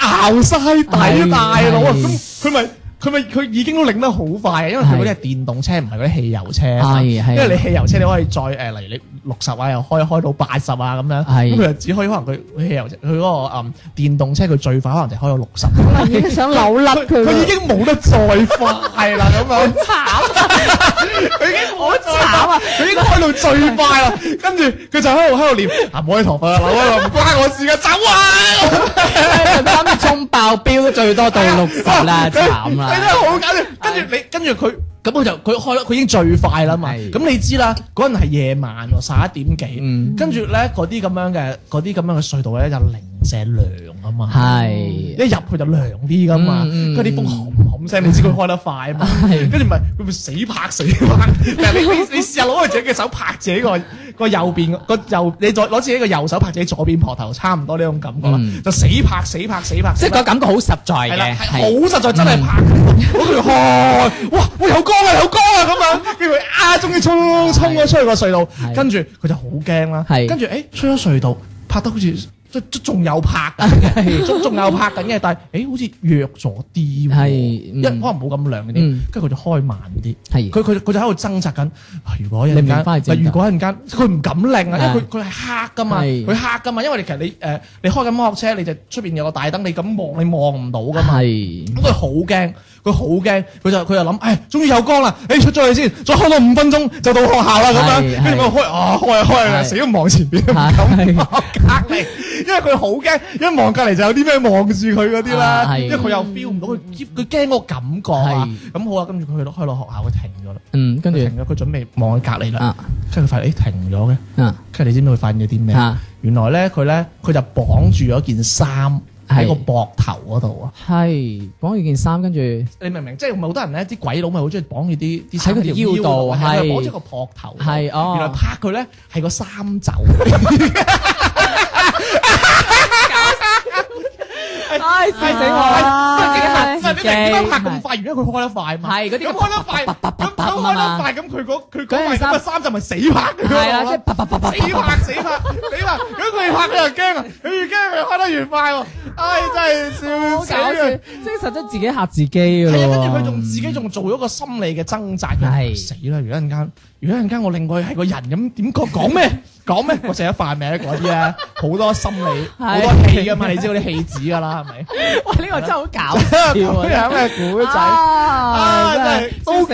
Speaker 5: 咬晒底
Speaker 1: 係
Speaker 5: 大佬啊！
Speaker 1: 係
Speaker 5: 咁佢咪佢咪佢已經都擰得好快啊，因為佢嗰啲係電動車，唔係嗰啲汽油車啊嘛。
Speaker 1: 係係
Speaker 5: 因為你汽油車你可以再誒，例如你六十啊，又可以開到八十啊咁樣，
Speaker 1: 係
Speaker 5: 咁佢就只可以可能佢汽油車佢嗰個誒電動車佢最快可能就開到六 十，
Speaker 3: 可能已經想扭甩
Speaker 5: 佢
Speaker 3: 佢
Speaker 5: 佢已
Speaker 3: 啦。
Speaker 5: 經冇得再快啦咁樣，佢已經冇得再快，啊佢已經開到最 快啦，跟住佢就喺度喺度念啊唔可以同佢啊，扭啊唔關我事噶，走啊！
Speaker 1: 諗住衝爆標都最多到六十 啦，慘
Speaker 5: 你真
Speaker 1: 啦，
Speaker 5: 係好搞笑。跟住你，跟住佢，咁佢就佢開得佢已經最快啦嘛。
Speaker 1: 係
Speaker 5: 咁你知啦，嗰陣係夜晚喎，十一點幾
Speaker 1: 嗯。
Speaker 5: 跟住咧，嗰啲咁樣嘅嗰啲咁樣嘅隧道咧，就零舍涼啊嘛。
Speaker 1: 係
Speaker 5: 一入去就涼啲噶嘛，
Speaker 1: 嗯嗯
Speaker 5: 跟住啲風冚冚聲，你知佢開得快 啊嘛，跟住咪佢咪死拍死拍，但係你你你試下攞佢自己嘅手拍自己個個右邊個右，你再攞自己個右手拍自己左邊膊頭，差唔多呢種感覺啦，
Speaker 1: 嗯
Speaker 5: 就死拍死拍死拍，
Speaker 1: 即係嗯
Speaker 5: 死拍
Speaker 1: 個感覺好實在
Speaker 5: 係啦，
Speaker 1: 嘅，
Speaker 5: 係好實在，真係拍，好佢開，哇！我有光啊，有光啊咁啊，跟住佢啊，終於衝衝咗出去個隧道，
Speaker 1: 係
Speaker 5: 跟住佢就好驚啦，
Speaker 1: 係
Speaker 5: 跟住誒出咗隧道，拍得好似即即仲有拍嘅，仲仲有拍緊嘅，但係誒好似弱咗啲喎，
Speaker 1: 係嗯
Speaker 5: 一可能冇咁亮嗰啲
Speaker 1: 嗯，
Speaker 5: 跟住佢就開慢啲，
Speaker 1: 係
Speaker 5: 佢佢佢就喺度掙扎緊。啊如果一
Speaker 1: 你
Speaker 5: 陣
Speaker 1: 唔明
Speaker 5: 間，啊
Speaker 1: 返去整㗎
Speaker 5: 嗱如果一陣間，佢唔敢擰啊，因為佢
Speaker 1: 啊
Speaker 5: 佢係黑噶嘛，
Speaker 1: 係
Speaker 5: 佢黑噶嘛，因為你其實你誒你開緊摩托車，你就出邊有個大燈，你咁望你望唔到噶嘛。
Speaker 1: 係
Speaker 5: 咁佢好驚，佢好驚，佢就佢就諗，唉，終於有光啦，誒出咗去先，再開多五分鐘就到學校啦咁
Speaker 1: 係
Speaker 5: 樣，跟住
Speaker 1: 係
Speaker 5: 佢開啊開啊開啊，
Speaker 1: 係
Speaker 5: 死都唔望前邊，
Speaker 1: 係
Speaker 5: 唔敢望隔離，因為佢好驚，一望隔離就有啲咩望住佢嗰啲
Speaker 1: 啊
Speaker 5: 啦，
Speaker 1: 係
Speaker 5: 因為佢又 feel 唔到，佢佢驚嗰個感覺啊
Speaker 1: 係，
Speaker 5: 咁好啊，跟住佢去到開到學校，佢停咗啦，
Speaker 1: 嗯，跟
Speaker 5: 佢
Speaker 1: 住
Speaker 5: 停咗，佢準備望喺隔離啦
Speaker 1: 啊，
Speaker 5: 跟住佢發現誒停咗嘅，
Speaker 1: 啊
Speaker 5: 跟住你知唔知佢發現咗啲咩？
Speaker 1: 啊
Speaker 5: 原來咧佢咧佢就綁住咗件衫喺
Speaker 1: 係
Speaker 5: 個膊頭嗰度啊。
Speaker 1: 係綁住件衫，跟住
Speaker 5: 你明唔明？即係唔係好多人咧？啲鬼佬咪好中意綁住啲啲衫
Speaker 1: 喺佢條
Speaker 5: 條
Speaker 1: 腰度
Speaker 5: 係
Speaker 1: 係
Speaker 5: 佢綁住個膊頭，啊
Speaker 1: 係哦
Speaker 5: 原來拍佢咧係個衫 袖。
Speaker 1: 唉哎死
Speaker 5: 哎死我哎啦！
Speaker 1: 啦
Speaker 5: 唔係你明點解拍咁快？原因為佢開得快嘛。
Speaker 1: 係嗰啲
Speaker 5: 咁開得快，
Speaker 1: 啪啪啪
Speaker 5: 咁
Speaker 1: 啪
Speaker 5: 咁
Speaker 1: 咁啊
Speaker 5: 開得
Speaker 1: 嘛
Speaker 5: 快，咁佢嗰
Speaker 1: 嗰
Speaker 5: 佢
Speaker 1: 件
Speaker 5: 嗰塊
Speaker 1: 衫
Speaker 5: 個衫就咪死拍佢嗰個咯。
Speaker 1: 係 啦，即係啪啪啪啪
Speaker 5: 死拍死拍死拍！如果佢拍佢就驚啊，佢越驚佢開得越快喎。唉，真係笑
Speaker 1: 好搞
Speaker 5: 死
Speaker 1: 笑，
Speaker 5: 啊！
Speaker 1: 即係實質自己嚇自己噶
Speaker 5: 係啊，
Speaker 1: 咯喎。
Speaker 5: 跟住佢仲自己仲做咗個心理嘅掙扎，
Speaker 1: 係
Speaker 5: 佢死啦！如果一陣間，如果一陣間我令佢係個人咁，點講講 咩講咩？我成日犯名啊嗰啲咧，好多心理好多戲噶嘛，你知道啲戲子噶啦，係 咪？
Speaker 1: 喂，呢個真係好搞
Speaker 5: 咁
Speaker 1: 笑啊！
Speaker 5: 樣嘅 古仔，
Speaker 1: 啊
Speaker 5: 真係
Speaker 1: 都
Speaker 5: 好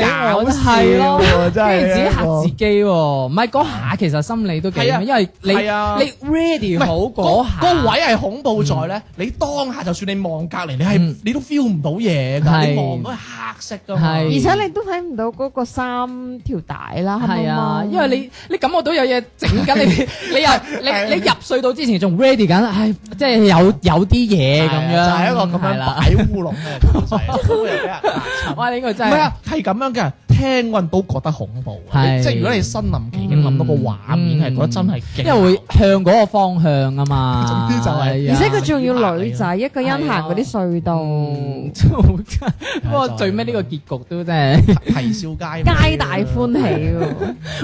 Speaker 5: 搞笑
Speaker 1: 係咯，
Speaker 5: 喎真
Speaker 1: 跟
Speaker 5: 係
Speaker 1: 住自己嚇
Speaker 5: 呢個
Speaker 1: 自己喎，唔係嗰下其實心理都幾
Speaker 5: 係啊
Speaker 1: 咩，因為你
Speaker 5: 係啊
Speaker 1: 你 ready 好嗰
Speaker 5: 嗰
Speaker 1: 下，
Speaker 5: 嗰位係恐怖在咧，你當下就算你望隔離，你係
Speaker 1: 嗯
Speaker 5: 你都 feel 唔到嘢㗎，
Speaker 1: 係
Speaker 5: 你望唔到係黑色㗎嘛。啊
Speaker 1: 係
Speaker 3: 而且你都睇唔到嗰個三條帶啦，
Speaker 1: 係啊，因為
Speaker 3: 為
Speaker 1: 你你感覺到有嘢整緊你， 你又你你入隧道之前仲 ready 緊，唉，即係有有啲嘢咁樣，
Speaker 5: 就係一個咁
Speaker 1: 係
Speaker 5: 樣
Speaker 1: 啦
Speaker 5: 擺烏龍 嘅古仔，咁會俾人嚇親
Speaker 1: 哇！呢個
Speaker 5: 唔
Speaker 1: 真
Speaker 5: 係
Speaker 1: 係
Speaker 5: 啊，係咁樣嘅，聽嗰人都覺得恐怖啊。
Speaker 1: 係
Speaker 5: 即係如果你身臨其境諗到個畫面，係覺得真係
Speaker 1: 因
Speaker 5: 勁。啊
Speaker 1: 為會向嗰個方向啊嘛。
Speaker 5: 總之就係
Speaker 1: 係
Speaker 3: 而
Speaker 1: 啊
Speaker 3: 且佢仲要女仔一個人行嗰啲隧道，
Speaker 1: 嗯 不過最尾呢個結局都真係，
Speaker 5: 啼笑皆
Speaker 3: 皆大歡喜喎。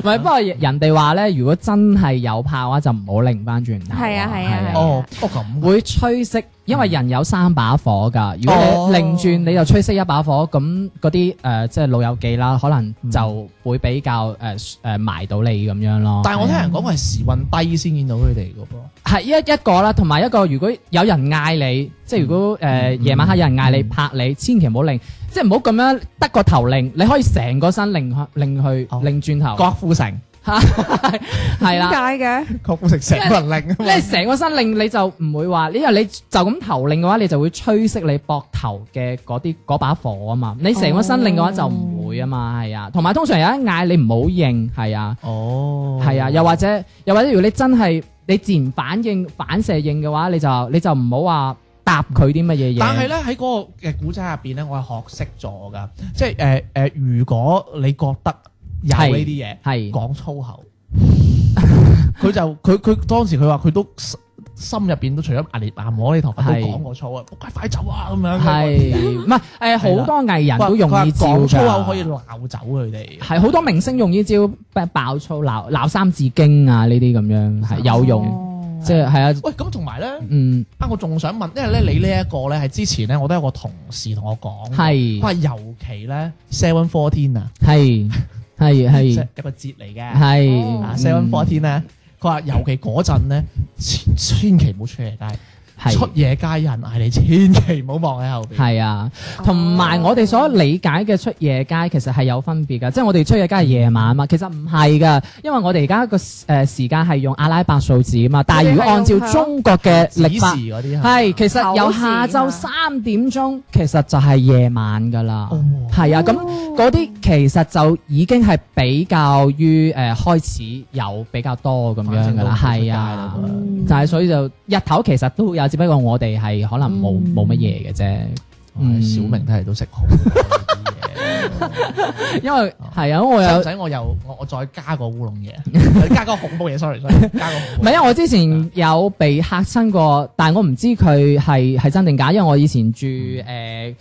Speaker 1: 唔係不過人哋話咧，如果真係有怕嘅話，就唔好擰翻轉頭。
Speaker 3: 係啊係啊係啊
Speaker 5: 哦，哦咁嘅，
Speaker 1: 會吹熄，因為人有三把火㗎。如
Speaker 5: 哦
Speaker 1: 果你擰轉你就吹熄一把火，咁嗰啲誒即係老友記啦，可能就會比較誒誒埋到你咁樣咯。
Speaker 5: 嗯
Speaker 1: 啊
Speaker 5: 但係我聽人講話係時運低先見到佢哋嘅噃。
Speaker 1: 係一一個啦，同埋一個如果有人嗌你，即係如果
Speaker 5: 嗯
Speaker 1: 誒夜晚黑有人嗌你拍你，千祈唔好擰，即係唔好咁樣得個頭擰，你可以成個身擰去擰去
Speaker 5: 哦
Speaker 1: 擰轉頭，
Speaker 5: 郭富城，
Speaker 1: 係啦。
Speaker 3: 解嘅？
Speaker 5: 郭富城成個人令啊
Speaker 1: 你
Speaker 5: 嘛。
Speaker 1: 係成個身擰你就唔會話，因為你就咁頭擰嘅話，你就會吹熄你膊頭嘅嗰啲嗰把火啊嘛。你成個身擰嘅話就唔會啊嘛，係啊。同埋通常有一嗌你唔好應，係啊，
Speaker 5: 哦，
Speaker 1: 係啊。又或者又或者，如果你真係你自然反應反射應嘅話，你就你就唔好話答佢啲乜嘢嘢。
Speaker 5: 但係咧喺嗰個嘅古仔入邊咧，我係學識咗㗎，即係誒誒，如果你覺得有呢啲嘢。
Speaker 1: 係
Speaker 5: 講 粗口，佢就佢佢當時佢話佢都心心入邊都除咗阿烈阿我呢頭髮
Speaker 1: 係
Speaker 5: 都講過粗啊，快快走啊咁樣。
Speaker 1: 係唔係誒？好多藝人
Speaker 5: 佢話
Speaker 1: 都用呢招
Speaker 5: 佢話講
Speaker 1: 㗎
Speaker 5: 粗口可以鬧走佢哋。
Speaker 1: 係好多明星用呢招爆粗鬧鬧三字經啊，呢啲咁樣係有用，
Speaker 3: 哦
Speaker 1: 即係係啊。
Speaker 5: 喂，咁同埋咧，
Speaker 1: 嗯，
Speaker 5: 啊，我仲想問，因為咧你呢一個咧係之前咧，我都有個同事同我講，
Speaker 1: 係
Speaker 5: 佢話尤其咧 Seven Fourteen 啊，
Speaker 1: 係係
Speaker 5: 即
Speaker 1: 係
Speaker 5: 係一個節嚟嘅。
Speaker 1: 係嗯
Speaker 5: 啊，Seven Fourteen 咧，佢話尤其嗰陣咧，千千祈唔好出夜街。出
Speaker 1: 係
Speaker 5: 夜街有人嗌你，千祈唔好望喺後邊。
Speaker 1: 係啊，同埋我哋所理解嘅出夜街其實係有分別㗎，即係我哋出夜街係夜晚
Speaker 5: 哦
Speaker 1: 嘛，其實唔係㗎，因為我哋而家個誒時間係用阿拉伯數字啊嘛，但係如果按照中國嘅
Speaker 5: 指
Speaker 1: 歷
Speaker 5: 示
Speaker 1: 法，
Speaker 5: 嗰啲
Speaker 1: 係其實由
Speaker 3: 口字
Speaker 1: 下
Speaker 3: 啊
Speaker 1: 晝三點鐘其實就係夜晚㗎啦
Speaker 5: 哦，
Speaker 1: 係啊，咁嗰啲其實就已經係比較於誒開始有比較多咁樣㗎啦，係啊。嗯就係所以就日頭其實都有，只不過我哋係可能冇冇乜嘢嘅啫，嗯
Speaker 5: 小明睇嚟都識好 多呢
Speaker 1: 因為
Speaker 5: 哦
Speaker 1: 係啊，我
Speaker 5: 啲嘢。使
Speaker 1: 有
Speaker 5: 唔使我又我我再加個烏龍 嘢，加個恐怖嘢？sorry，sorry，加個恐
Speaker 1: 唔
Speaker 5: 怖。
Speaker 1: 係因為我之前有被嚇親過，但係我唔知佢係係真定假，因為嗯呃我以前住誒、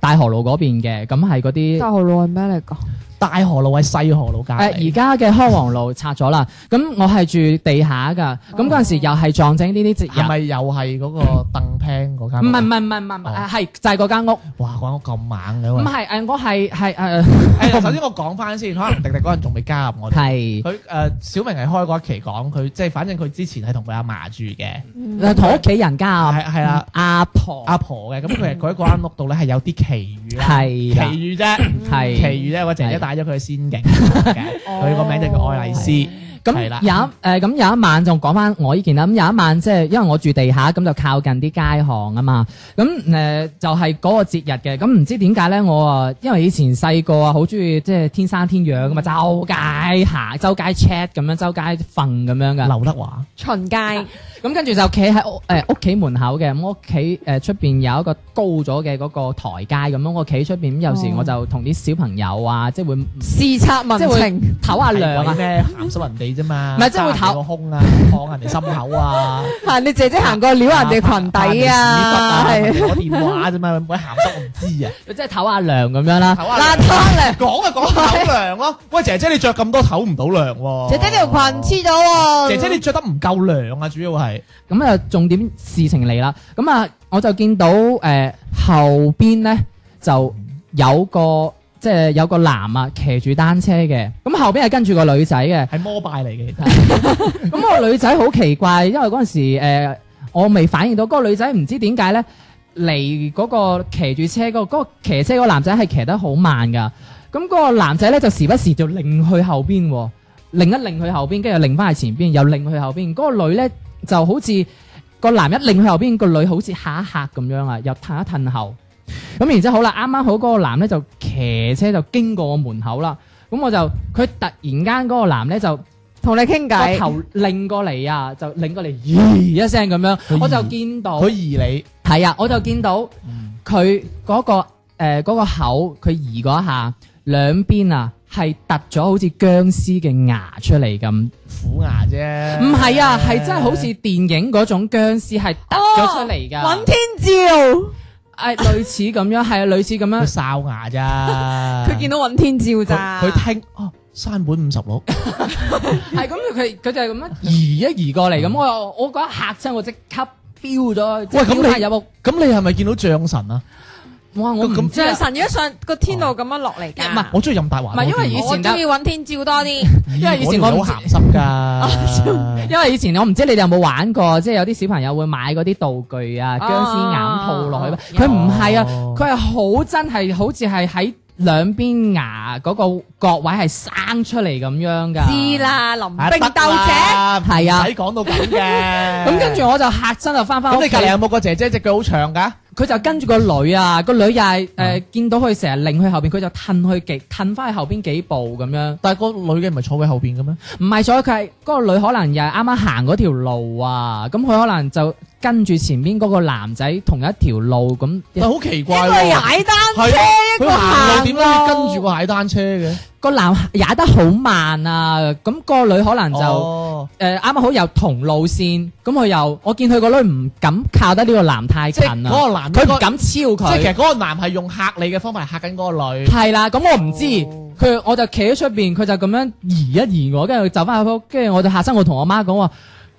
Speaker 1: 大河路嗰邊嘅，咁係嗰啲
Speaker 3: 大河路係咩嚟㗎？
Speaker 5: 大河路喺西河路隔
Speaker 1: 誒而
Speaker 5: 離。
Speaker 1: 家嘅康王路拆咗啦，咁我係住地下㗎，咁嗰陣時又係撞正呢啲節
Speaker 5: 係
Speaker 1: 日，
Speaker 5: 咪又係嗰個鄧平
Speaker 1: 唔
Speaker 5: 嗰間屋
Speaker 1: 係
Speaker 5: 啊？
Speaker 1: 唔係唔係唔係唔係，
Speaker 5: 哦
Speaker 1: 係就係嗰間屋，
Speaker 5: 哇！嗰間屋咁猛嘅
Speaker 1: 唔
Speaker 5: 喂。
Speaker 1: 係誒，我係係誒
Speaker 5: 誒，首先我講翻先，可能迪迪嗰陣仲未加入我哋。
Speaker 1: 係
Speaker 5: 佢誒、呃小明係開過一期講佢，即係反正佢之前係同佢阿嫲住嘅，
Speaker 1: 誒同屋企人家
Speaker 5: 係係啦，
Speaker 1: 阿婆
Speaker 5: 阿婆嘅，咁佢係佢喺嗰間屋度咧係有啲奇遇啦，
Speaker 1: 嗯係啦
Speaker 5: 奇遇啫，嗯
Speaker 1: 係哦
Speaker 5: 奇遇啫，我姐姐帶咗佢去仙境嘅，佢個名就叫愛麗絲，
Speaker 1: 咁
Speaker 5: 係啦
Speaker 1: 有一誒咁有一晚仲講翻我呢件啦，咁有一晚即係因為我住地下，咁就靠近啲街巷啊嘛，咁誒、呃就係嗰個節日嘅，咁唔知點解咧我啊，因為以前細個啊好中意即係天生天養噶嘛，周街行、周街 check 咁樣、周街瞓咁樣噶，
Speaker 5: 劉德華，
Speaker 3: 巡街
Speaker 1: 咁跟住就企喺屋誒屋企門口嘅，咁我屋企誒出邊有一個高咗嘅嗰個台階咁樣，我企出邊咁有時我就同啲小朋友啊，即係會
Speaker 3: 視察民
Speaker 1: 即係會
Speaker 3: 情，
Speaker 1: 唞下涼啊
Speaker 5: 嗯係為。咩鹹濕人哋啫嘛，
Speaker 1: 唔係即係會
Speaker 5: 揸人哋個胸啊，燙人哋心口 啊，
Speaker 3: 行你姐姐行過撩人哋裙底啊，
Speaker 5: 拍人哋
Speaker 3: 係
Speaker 5: 屎忽啊，攞電話啫 嘛，喂鹹濕我唔知啊，
Speaker 1: 即係唞下涼咁樣啦，
Speaker 5: 唞下
Speaker 3: 邋遢咧。
Speaker 5: 講啊講唞涼咯，喂姐姐你着咁多唞唔到涼喎，
Speaker 3: 姐姐條裙黐咗喎，
Speaker 5: 姐姐你着得唔夠涼啊，主要係。
Speaker 1: 咁啊，重點事情嚟啦。咁啊，我就見到誒、呃、後邊咧就有個即係有個男啊騎住單車嘅，咁後邊係跟住個女仔嘅。
Speaker 5: 係摩拜嚟嘅，
Speaker 1: 咁個女仔好奇怪，因為嗰陣時、呃、我未反應到嗰、個女仔唔知點解咧嚟嗰個騎住車嗰、個嗰、個騎車嗰個男仔係騎得好慢噶。咁、嗰個男仔咧就時不時就擰去後邊喎，擰一擰去後邊，跟住又擰翻去前邊，又擰去後邊。嗰、個女咧就好似個男一擰去後邊，個女好似嚇一嚇咁樣啊，又褪一褪後。咁然之後好啦，啱啱好嗰個男咧就騎車就經過我門口啦。咁我就佢突然間嗰個男咧就。
Speaker 3: 同你傾
Speaker 1: 個
Speaker 3: 偈，
Speaker 1: 頭擰過嚟啊，就擰過嚟，咦一聲咁樣，我就見到
Speaker 5: 佢疑你，
Speaker 1: 係啊，我就見到
Speaker 5: 嗯
Speaker 1: 佢嗰個誒嗰個口，佢移嗰一下兩邊啊，係突咗好似僵屍嘅牙出嚟咁。
Speaker 5: 虎牙啫。
Speaker 1: 唔係啊，係真係好似電影嗰種僵屍係突咗出嚟
Speaker 5: 哦
Speaker 1: 㗎。
Speaker 3: 尹天照，
Speaker 1: 誒類似咁樣，係啊，類似咁
Speaker 5: 佢
Speaker 1: 樣。
Speaker 5: 哨牙咋？
Speaker 3: 佢見到尹天照咋，
Speaker 5: 佢佢聽哦，山本五十 六，
Speaker 1: 係咁，佢佢就係咁樣移一移過嚟咁，我我嗰一嚇親，我即刻飆咗。即
Speaker 5: 嗯喂咁
Speaker 1: 係
Speaker 5: 你
Speaker 1: 飆下有冇？
Speaker 5: 咁你係咪見到象神啊？
Speaker 1: 哇！我
Speaker 5: 咁
Speaker 1: 唔知啊
Speaker 3: 象神如果上個天路咁樣落嚟
Speaker 1: 唔係
Speaker 3: 㗎，
Speaker 5: 我中意任大華
Speaker 1: 唔係
Speaker 5: 多啲。
Speaker 1: 因為以
Speaker 3: 我
Speaker 1: 前得
Speaker 3: 中意尹天照多 啲。
Speaker 5: 咦
Speaker 1: 因為以前我唔
Speaker 5: 條友
Speaker 1: 知
Speaker 5: 鹹 濕㗎，
Speaker 1: 因為以前我唔知你哋有冇玩過，即係有啲小朋友會買嗰啲道具啊，
Speaker 3: 哦
Speaker 1: 僵屍眼套落去。佢唔係啊，
Speaker 5: 哦
Speaker 1: 佢係好真係好似係喺兩邊牙嗰個角位係生出嚟咁樣㗎。
Speaker 3: 知。啦，臨
Speaker 5: 啊
Speaker 3: 兵鬥者，
Speaker 5: 得啦
Speaker 1: 係啊
Speaker 5: 唔使講到咁嘅。
Speaker 1: 咁跟住我就嚇親就翻返
Speaker 5: 咁
Speaker 1: 屋
Speaker 5: 你
Speaker 1: 企
Speaker 5: 隔，離有冇個姐姐隻腳好長㗎？
Speaker 1: 佢就跟住個女啊，個女又係誒見到佢成日擰去後邊，佢就褪去極褪翻去後邊幾步咁樣。
Speaker 5: 但係個女嘅唔係坐喺後邊嘅咩？
Speaker 1: 唔係，所以佢係嗰個女可能又係啱啱行嗰條路啊，咁佢可能就跟住前邊嗰個男仔同一條路咁。
Speaker 5: 但係好奇怪
Speaker 3: 一個
Speaker 5: 喎，
Speaker 3: 踩單
Speaker 5: 係啊
Speaker 3: 車，一
Speaker 5: 佢
Speaker 3: 個
Speaker 5: 行路
Speaker 3: 行
Speaker 5: 點解要跟住個踩單車嘅？
Speaker 1: 個男踩得好慢啊，咁、個女可能就誒
Speaker 5: 哦
Speaker 1: 啱啱好又同路線，咁佢又我見佢個女唔敢靠得呢個男太
Speaker 5: 即
Speaker 1: 近
Speaker 5: 係
Speaker 1: 啊，
Speaker 5: 嗰個男
Speaker 1: 佢
Speaker 5: 應該
Speaker 1: 唔敢超
Speaker 5: 即係其
Speaker 1: 佢，
Speaker 5: 實嗰個男係用嚇你嘅方法嚟嚇緊嗰個女。
Speaker 1: 係啦，咁我唔知，
Speaker 3: 哦
Speaker 1: 佢、我就企喺出邊，佢就咁樣移一移我，跟住佢走翻入屋，跟住我就下身我同我媽講話，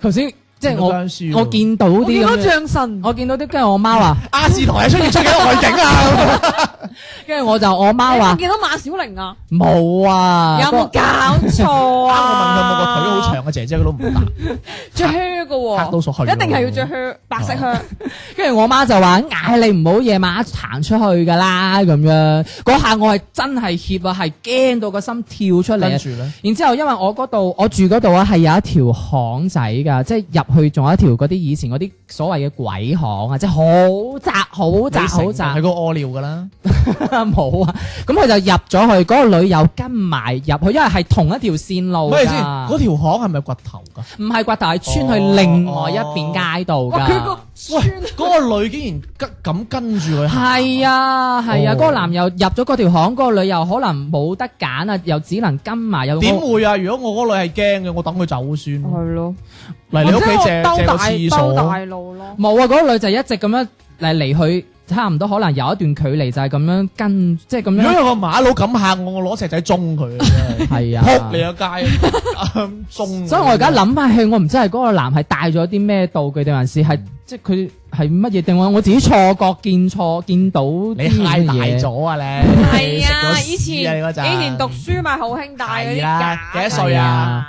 Speaker 1: 頭先即係我
Speaker 5: 僵屍喎
Speaker 1: 我見到
Speaker 3: 啊我見
Speaker 1: 啲
Speaker 3: 到
Speaker 1: 咁樣，
Speaker 3: 象神，
Speaker 1: 我見到啲，跟住我媽話，
Speaker 5: 亞視台係出現出緊外景啊！
Speaker 1: 跟住我就我媽
Speaker 3: 我
Speaker 1: 話
Speaker 3: 見到馬小玲啊，
Speaker 1: 冇啊，
Speaker 3: 有冇搞錯
Speaker 5: 啱
Speaker 3: 啊？
Speaker 5: 我問佢有冇個腿好長嘅姐姐，佢都唔答，
Speaker 3: 着靴嘅
Speaker 5: 嚇到
Speaker 3: 喎，
Speaker 5: 傻去。
Speaker 3: 一定係要着。靴，白色靴。
Speaker 1: 跟住我媽就話：嗌你唔好夜晚行出去噶啦，咁樣嗰下我係真係怯啊，係驚到個心跳出嚟
Speaker 5: 跟
Speaker 1: 啊。
Speaker 5: 住咧，
Speaker 1: 然之後，因為我嗰度我住嗰度啊，係有一條巷仔㗎，即係入去仲有一條嗰啲以前嗰啲所謂嘅鬼巷啊，即係好窄、好窄、好窄
Speaker 5: 係個屙尿㗎啦。
Speaker 1: 冇啊。咁佢就入咗去，嗰、個女友跟埋入去，因為係同一條線路
Speaker 5: 咩先？嗰
Speaker 1: 㗎，
Speaker 5: 條巷係咪掘頭㗎？
Speaker 1: 唔係掘頭係穿去另外一邊街道㗎。
Speaker 3: 哇！佢個
Speaker 5: 喂，嗰個女竟然跟咁跟住佢行。
Speaker 1: 係啊，係啊，
Speaker 5: 哦
Speaker 1: 嗰、個男又入咗嗰條巷，嗰、個女又可能冇得揀啊，又只能跟埋有
Speaker 5: 點會啊？如果我嗰女係驚嘅，我等佢走先。
Speaker 3: 係咯，
Speaker 5: 嚟你
Speaker 3: 或
Speaker 5: 屋
Speaker 3: 者
Speaker 5: 企
Speaker 3: 我
Speaker 5: 借
Speaker 3: 兜
Speaker 5: 借個
Speaker 3: 大
Speaker 5: 廁
Speaker 3: 兜大
Speaker 5: 所。
Speaker 3: 路咯。
Speaker 1: 冇啊？嗰、個女就一直咁樣嚟嚟去差唔多可能有一段距離就係咁樣跟，即係咁
Speaker 5: 如果
Speaker 1: 樣
Speaker 5: 有個馬佬咁嚇我，我攞石仔中佢， 真係
Speaker 1: 係
Speaker 5: 撲
Speaker 1: 啊。
Speaker 5: 你個街， 啊中！
Speaker 1: 所以我而家，諗翻起，我唔知係嗰個男係帶咗啲咩道具，定還是係即係佢係乜嘢？定我我自己錯覺見錯見到啲
Speaker 5: 你太大
Speaker 1: 嘢
Speaker 5: 咗啊你！
Speaker 3: 係啊，
Speaker 5: 你
Speaker 3: 以
Speaker 5: 食咗屎啊
Speaker 3: 前
Speaker 5: 你嗰陣
Speaker 3: 以前讀書咪好興戴嗰
Speaker 5: 係
Speaker 3: 啲
Speaker 5: 啦
Speaker 3: 假
Speaker 5: 幾多
Speaker 1: 歲啊
Speaker 3: 啊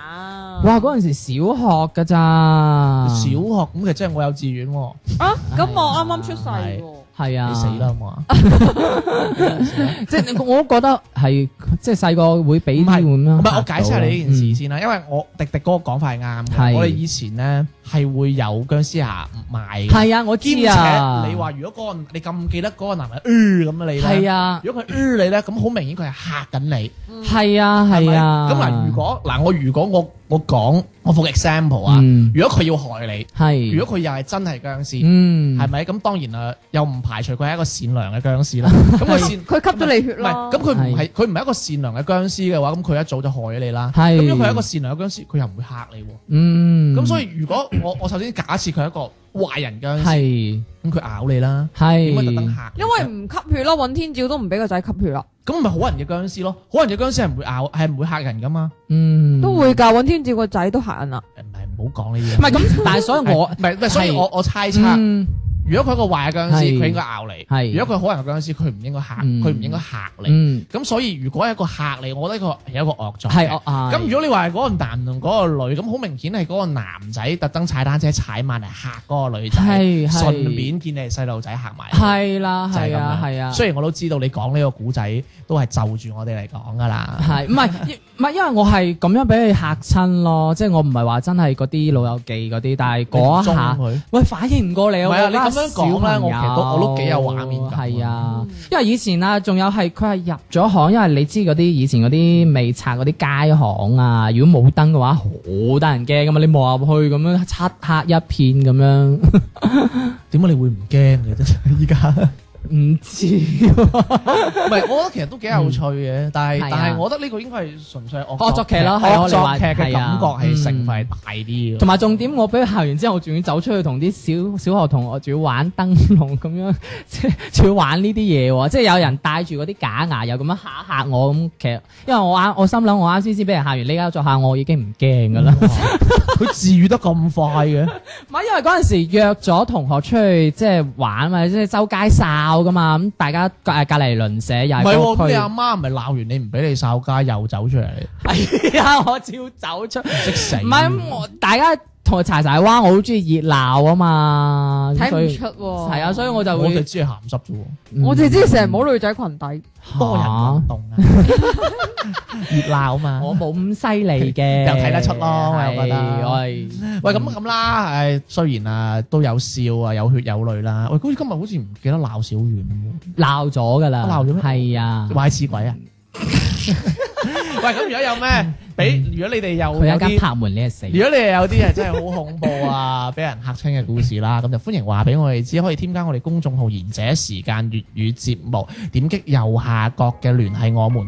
Speaker 1: 哇！嗰陣時小學噶咋，
Speaker 5: 小學咁其實即係我幼稚園喎，
Speaker 3: 啊，咁我啱啱出世喎。
Speaker 1: 係啊，
Speaker 5: 你死啦！好嘛！
Speaker 1: 即係我覺得係即係細個會俾
Speaker 5: 唔
Speaker 1: 啲咁
Speaker 5: 係
Speaker 1: 樣。嗯
Speaker 5: 唔係，我解釋下你呢件事先啦，因為我迪迪嗰個講嗯法係啱嘅。
Speaker 1: 係
Speaker 5: 我哋以前咧係會有僵屍俠賣嘅，
Speaker 1: 嗯。係啊，我知
Speaker 5: 兼
Speaker 1: 啊。
Speaker 5: 且你話如果嗰個你咁記得嗰個男人呃咁你咧，
Speaker 1: 係啊，
Speaker 5: 如果佢呃你咧，咁好明顯佢係嚇緊你，
Speaker 1: 係啊，
Speaker 5: 係咪
Speaker 1: 係啊。
Speaker 5: 咁嗱，如果嗱我如果我我講我副 example 啊，
Speaker 1: 嗯
Speaker 5: 如果佢要害你，
Speaker 1: 係，
Speaker 5: 如果佢又係真係僵屍，
Speaker 1: 嗯
Speaker 5: 係咪？咁當然啊，又唔排除佢係一個善良嘅僵屍啦。 咁佢
Speaker 3: 佢
Speaker 5: 善
Speaker 3: 吸咗你血
Speaker 5: 唔
Speaker 3: 咯。
Speaker 5: 係，咁佢唔係
Speaker 1: 係
Speaker 5: 佢唔係一個善良嘅僵屍嘅話，咁佢一早就害咗你啦。
Speaker 1: 係
Speaker 5: 咁如果佢係一個善良嘅僵屍，佢又唔會嚇你喎。
Speaker 1: 嗯
Speaker 5: 咁所以如果我我首先假設佢係一個壞人僵屍，
Speaker 1: 係
Speaker 5: 咁佢咬你啦，點解特登
Speaker 1: 係
Speaker 5: 嚇你？
Speaker 3: 因為唔吸血咯，尹天照都唔俾個仔吸血啊啦，
Speaker 5: 咁咪好人嘅僵屍咯，好人嘅僵屍係唔會咬，係唔會嚇人噶嘛。
Speaker 1: 嗯
Speaker 3: 都會㗎。尹天照個仔都嚇人啦，
Speaker 5: 誒唔係唔好講呢啲嘢。
Speaker 1: 唔係 咁，但係所以
Speaker 5: 係
Speaker 1: 我
Speaker 5: 唔係唔係，所以
Speaker 1: 係
Speaker 5: 我我猜測，
Speaker 1: 嗯
Speaker 5: 如果佢係一個壞嘅僵屍，
Speaker 1: 係
Speaker 5: 佢應該咬你；
Speaker 1: 係
Speaker 5: 如果佢好人嘅僵屍，佢唔應該嚇，
Speaker 1: 嗯
Speaker 5: 佢唔應該嚇你。
Speaker 1: 嗯
Speaker 5: 咁所以如果係一個嚇你，我覺得佢係一個惡作嘅。
Speaker 1: 係我啊
Speaker 5: 咁如果你話係嗰個男同嗰個女，咁好明顯係嗰個男仔特登踩單車踩埋嚟嚇嗰個女仔，
Speaker 1: 係係
Speaker 5: 順便見你係細路仔嚇埋你。
Speaker 1: 係啦
Speaker 5: 就係
Speaker 1: 係
Speaker 5: 咁
Speaker 1: 啊
Speaker 5: 樣
Speaker 1: 係啊。
Speaker 5: 雖然我都知道你講呢個古仔都係就住我哋嚟講㗎啦。
Speaker 1: 係唔係唔係？因為我係咁樣俾佢嚇親咯，即係我唔係話真係嗰啲老友記嗰啲，但係嗰一下
Speaker 5: 你唔中佢
Speaker 1: 喂反應唔過嚟
Speaker 5: 唔係啊
Speaker 1: 我
Speaker 5: 你咁樣講咧我其實都我都幾有畫面嗯感
Speaker 1: 係啊，因為以前啊，仲有係佢係入咗巷，因為你知嗰啲以前嗰啲未拆嗰啲街巷啊，如果冇燈嘅話，好得人驚噶嘛，你望入去咁樣漆黑一片咁樣，
Speaker 5: 點解你會唔驚嘅啫？ 依家
Speaker 1: 唔知
Speaker 5: 唔係，我覺得其實都幾有趣嘅，但係
Speaker 1: 係啊
Speaker 5: 但係我覺得呢個應該係純粹係惡
Speaker 1: 惡作劇咯係
Speaker 5: 惡
Speaker 1: 我哋
Speaker 5: 作
Speaker 1: 話
Speaker 5: 劇嘅感
Speaker 1: 係啊
Speaker 5: 覺係成
Speaker 1: 嗯
Speaker 5: 分係大啲嘅。
Speaker 1: 同埋重點，我俾佢校完之後，我仲要走出去同啲小小學同學，仲要玩燈籠咁樣， 即係仲要玩呢啲嘢喎。即係有人戴住嗰啲假牙，又咁樣嚇嚇我咁。其實因為我啱，我心諗我啱先先俾人嚇完，呢家再嚇我，我已經唔驚㗎啦。
Speaker 5: 佢治愈得咁快嘅，
Speaker 1: 嗯唔係因為嗰陣時約咗同學出去即係玩嘛，即係周街哨㗎嘛，咁大家隔隔離鄰舍又
Speaker 5: 唔
Speaker 1: 係
Speaker 5: 係喎，
Speaker 1: 嗰
Speaker 5: 咁
Speaker 1: 區
Speaker 5: 你阿媽唔係鬧完你唔俾你哨街，又走出嚟，你
Speaker 1: 係啊，我照走出。
Speaker 5: 唔識死。
Speaker 1: 唔係咁，我大家同佢柴柴灣，我好中意熱鬧啊嘛，
Speaker 3: 睇
Speaker 1: 所
Speaker 3: 唔
Speaker 1: 以
Speaker 3: 出喎。
Speaker 1: 係啊，所以我就
Speaker 5: 我
Speaker 1: 會
Speaker 5: 哋。只係鹹濕啫喎，
Speaker 1: 嗯
Speaker 3: 我哋知成日冇女仔裙底，
Speaker 5: 多人運動啊，熱鬧啊嘛。
Speaker 1: 我冇咁犀利 嘅，
Speaker 5: 又睇得出咯我又覺得
Speaker 1: 係我係
Speaker 5: 喂，咁咁啦，誒，雖然啊都有笑啊，有血有淚啦。喂，好似今日好似唔記得鬧小遠喎，
Speaker 1: 鬧咗噶啦，
Speaker 5: 鬧咗咩
Speaker 1: 係啊，
Speaker 5: 壞 似鬼啊！喂，咁如果有咩俾，如果你哋有
Speaker 1: 佢有
Speaker 5: 有
Speaker 1: 間
Speaker 5: 啲，
Speaker 1: 拍門，你係死。
Speaker 5: 如果你哋有啲係真係好恐怖啊，俾人嚇親嘅故事啦，咁就歡迎話俾我哋知，可以添加我哋公眾號賢者時間粵語節目，點擊右下角嘅聯繫我們。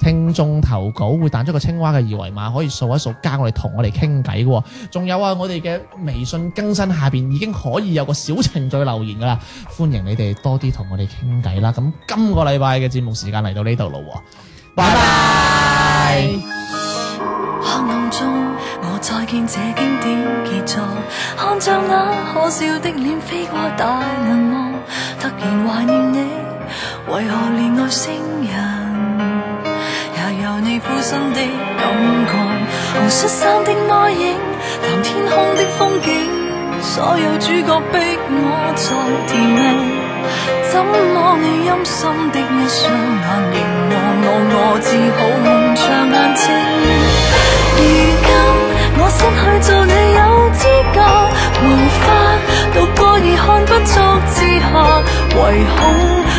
Speaker 5: 聽眾投稿會彈出個青蛙嘅二維碼，可以掃一掃加我哋同我哋傾偈嘅喎。仲有啊，我哋嘅微信更新下邊已經可以有個小程序留言噶啦，歡迎你哋多啲同我哋傾偈啦。咁今個禮拜嘅節目時間嚟到呢度咯喎，拜拜。
Speaker 6: 黑暗中，我再見這經典傑作，看着那可笑的臉飛過大銀幕，突然懷念你，為何連外星人也有你負心的感慨？紅恤衫的孖影，藍天空的風景，所有主角逼我在甜美。怎麼你陰森的一雙眼凝望我，我只好蒙着眼睛。如今我失去做你有資格，無法獨個而看不足之下，唯恐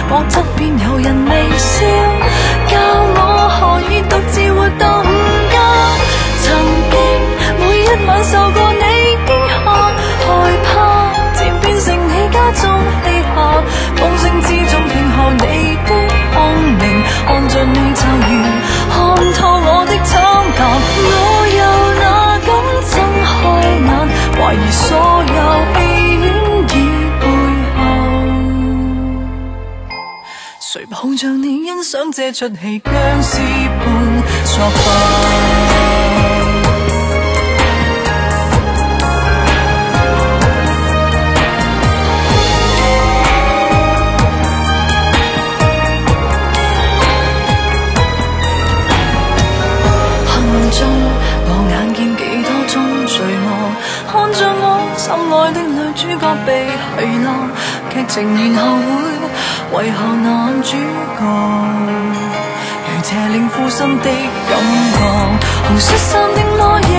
Speaker 6: 我側邊有人微笑，教我何以獨自活到午覺。曾經每一晚受過你驚嚇，害怕漸變成你家中棄下，風聲之中聽候你的空靈，看着你驟然看透我的愻顏，我有那敢睜開眼，懷疑所有戲院已背後。谁抱着你欣赏这出戏僵尸般作罢。黑暗中，我眼見幾多宗罪惡，看着我心愛的女主角被遺漏，劇情然後會遺後男主角，如邪靈附身的感覺，紅雪山的裸影，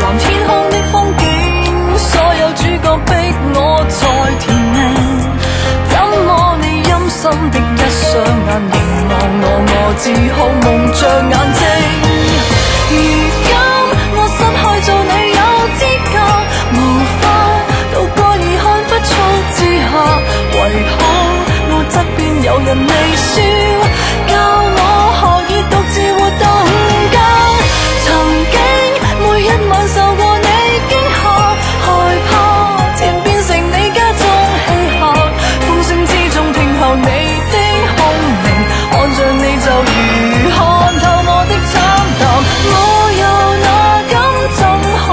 Speaker 6: 藍天空的風景，所有主角逼我在填命，怎麼你陰森的一雙眼凝望我，我只好蒙着眼睛。如今我失去做你有資格，無法渡過而看不出之下，唯好我側邊有人微笑，教我何以獨自活動間。曾經每一晚受過你驚嚇，害怕漸變成你家中戲客，歡聲之中聽候你的空靈，看着你就如看透我的慘淡，我又哪敢睜開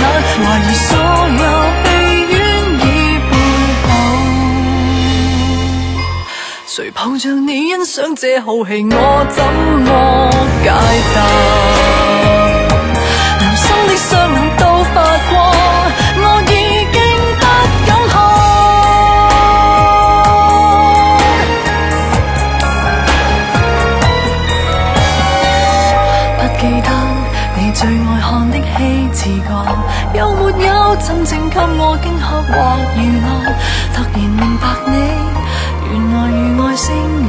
Speaker 6: 眼，懷疑所有戲院已背叛。誰抱着你欣賞這好戲，我怎麼解答？男生的雙眼都發光，我已經不敢看。不記得你最愛看的戲字角，有沒有真正給我驚嚇或娛樂？突然明白你，原來如外星人。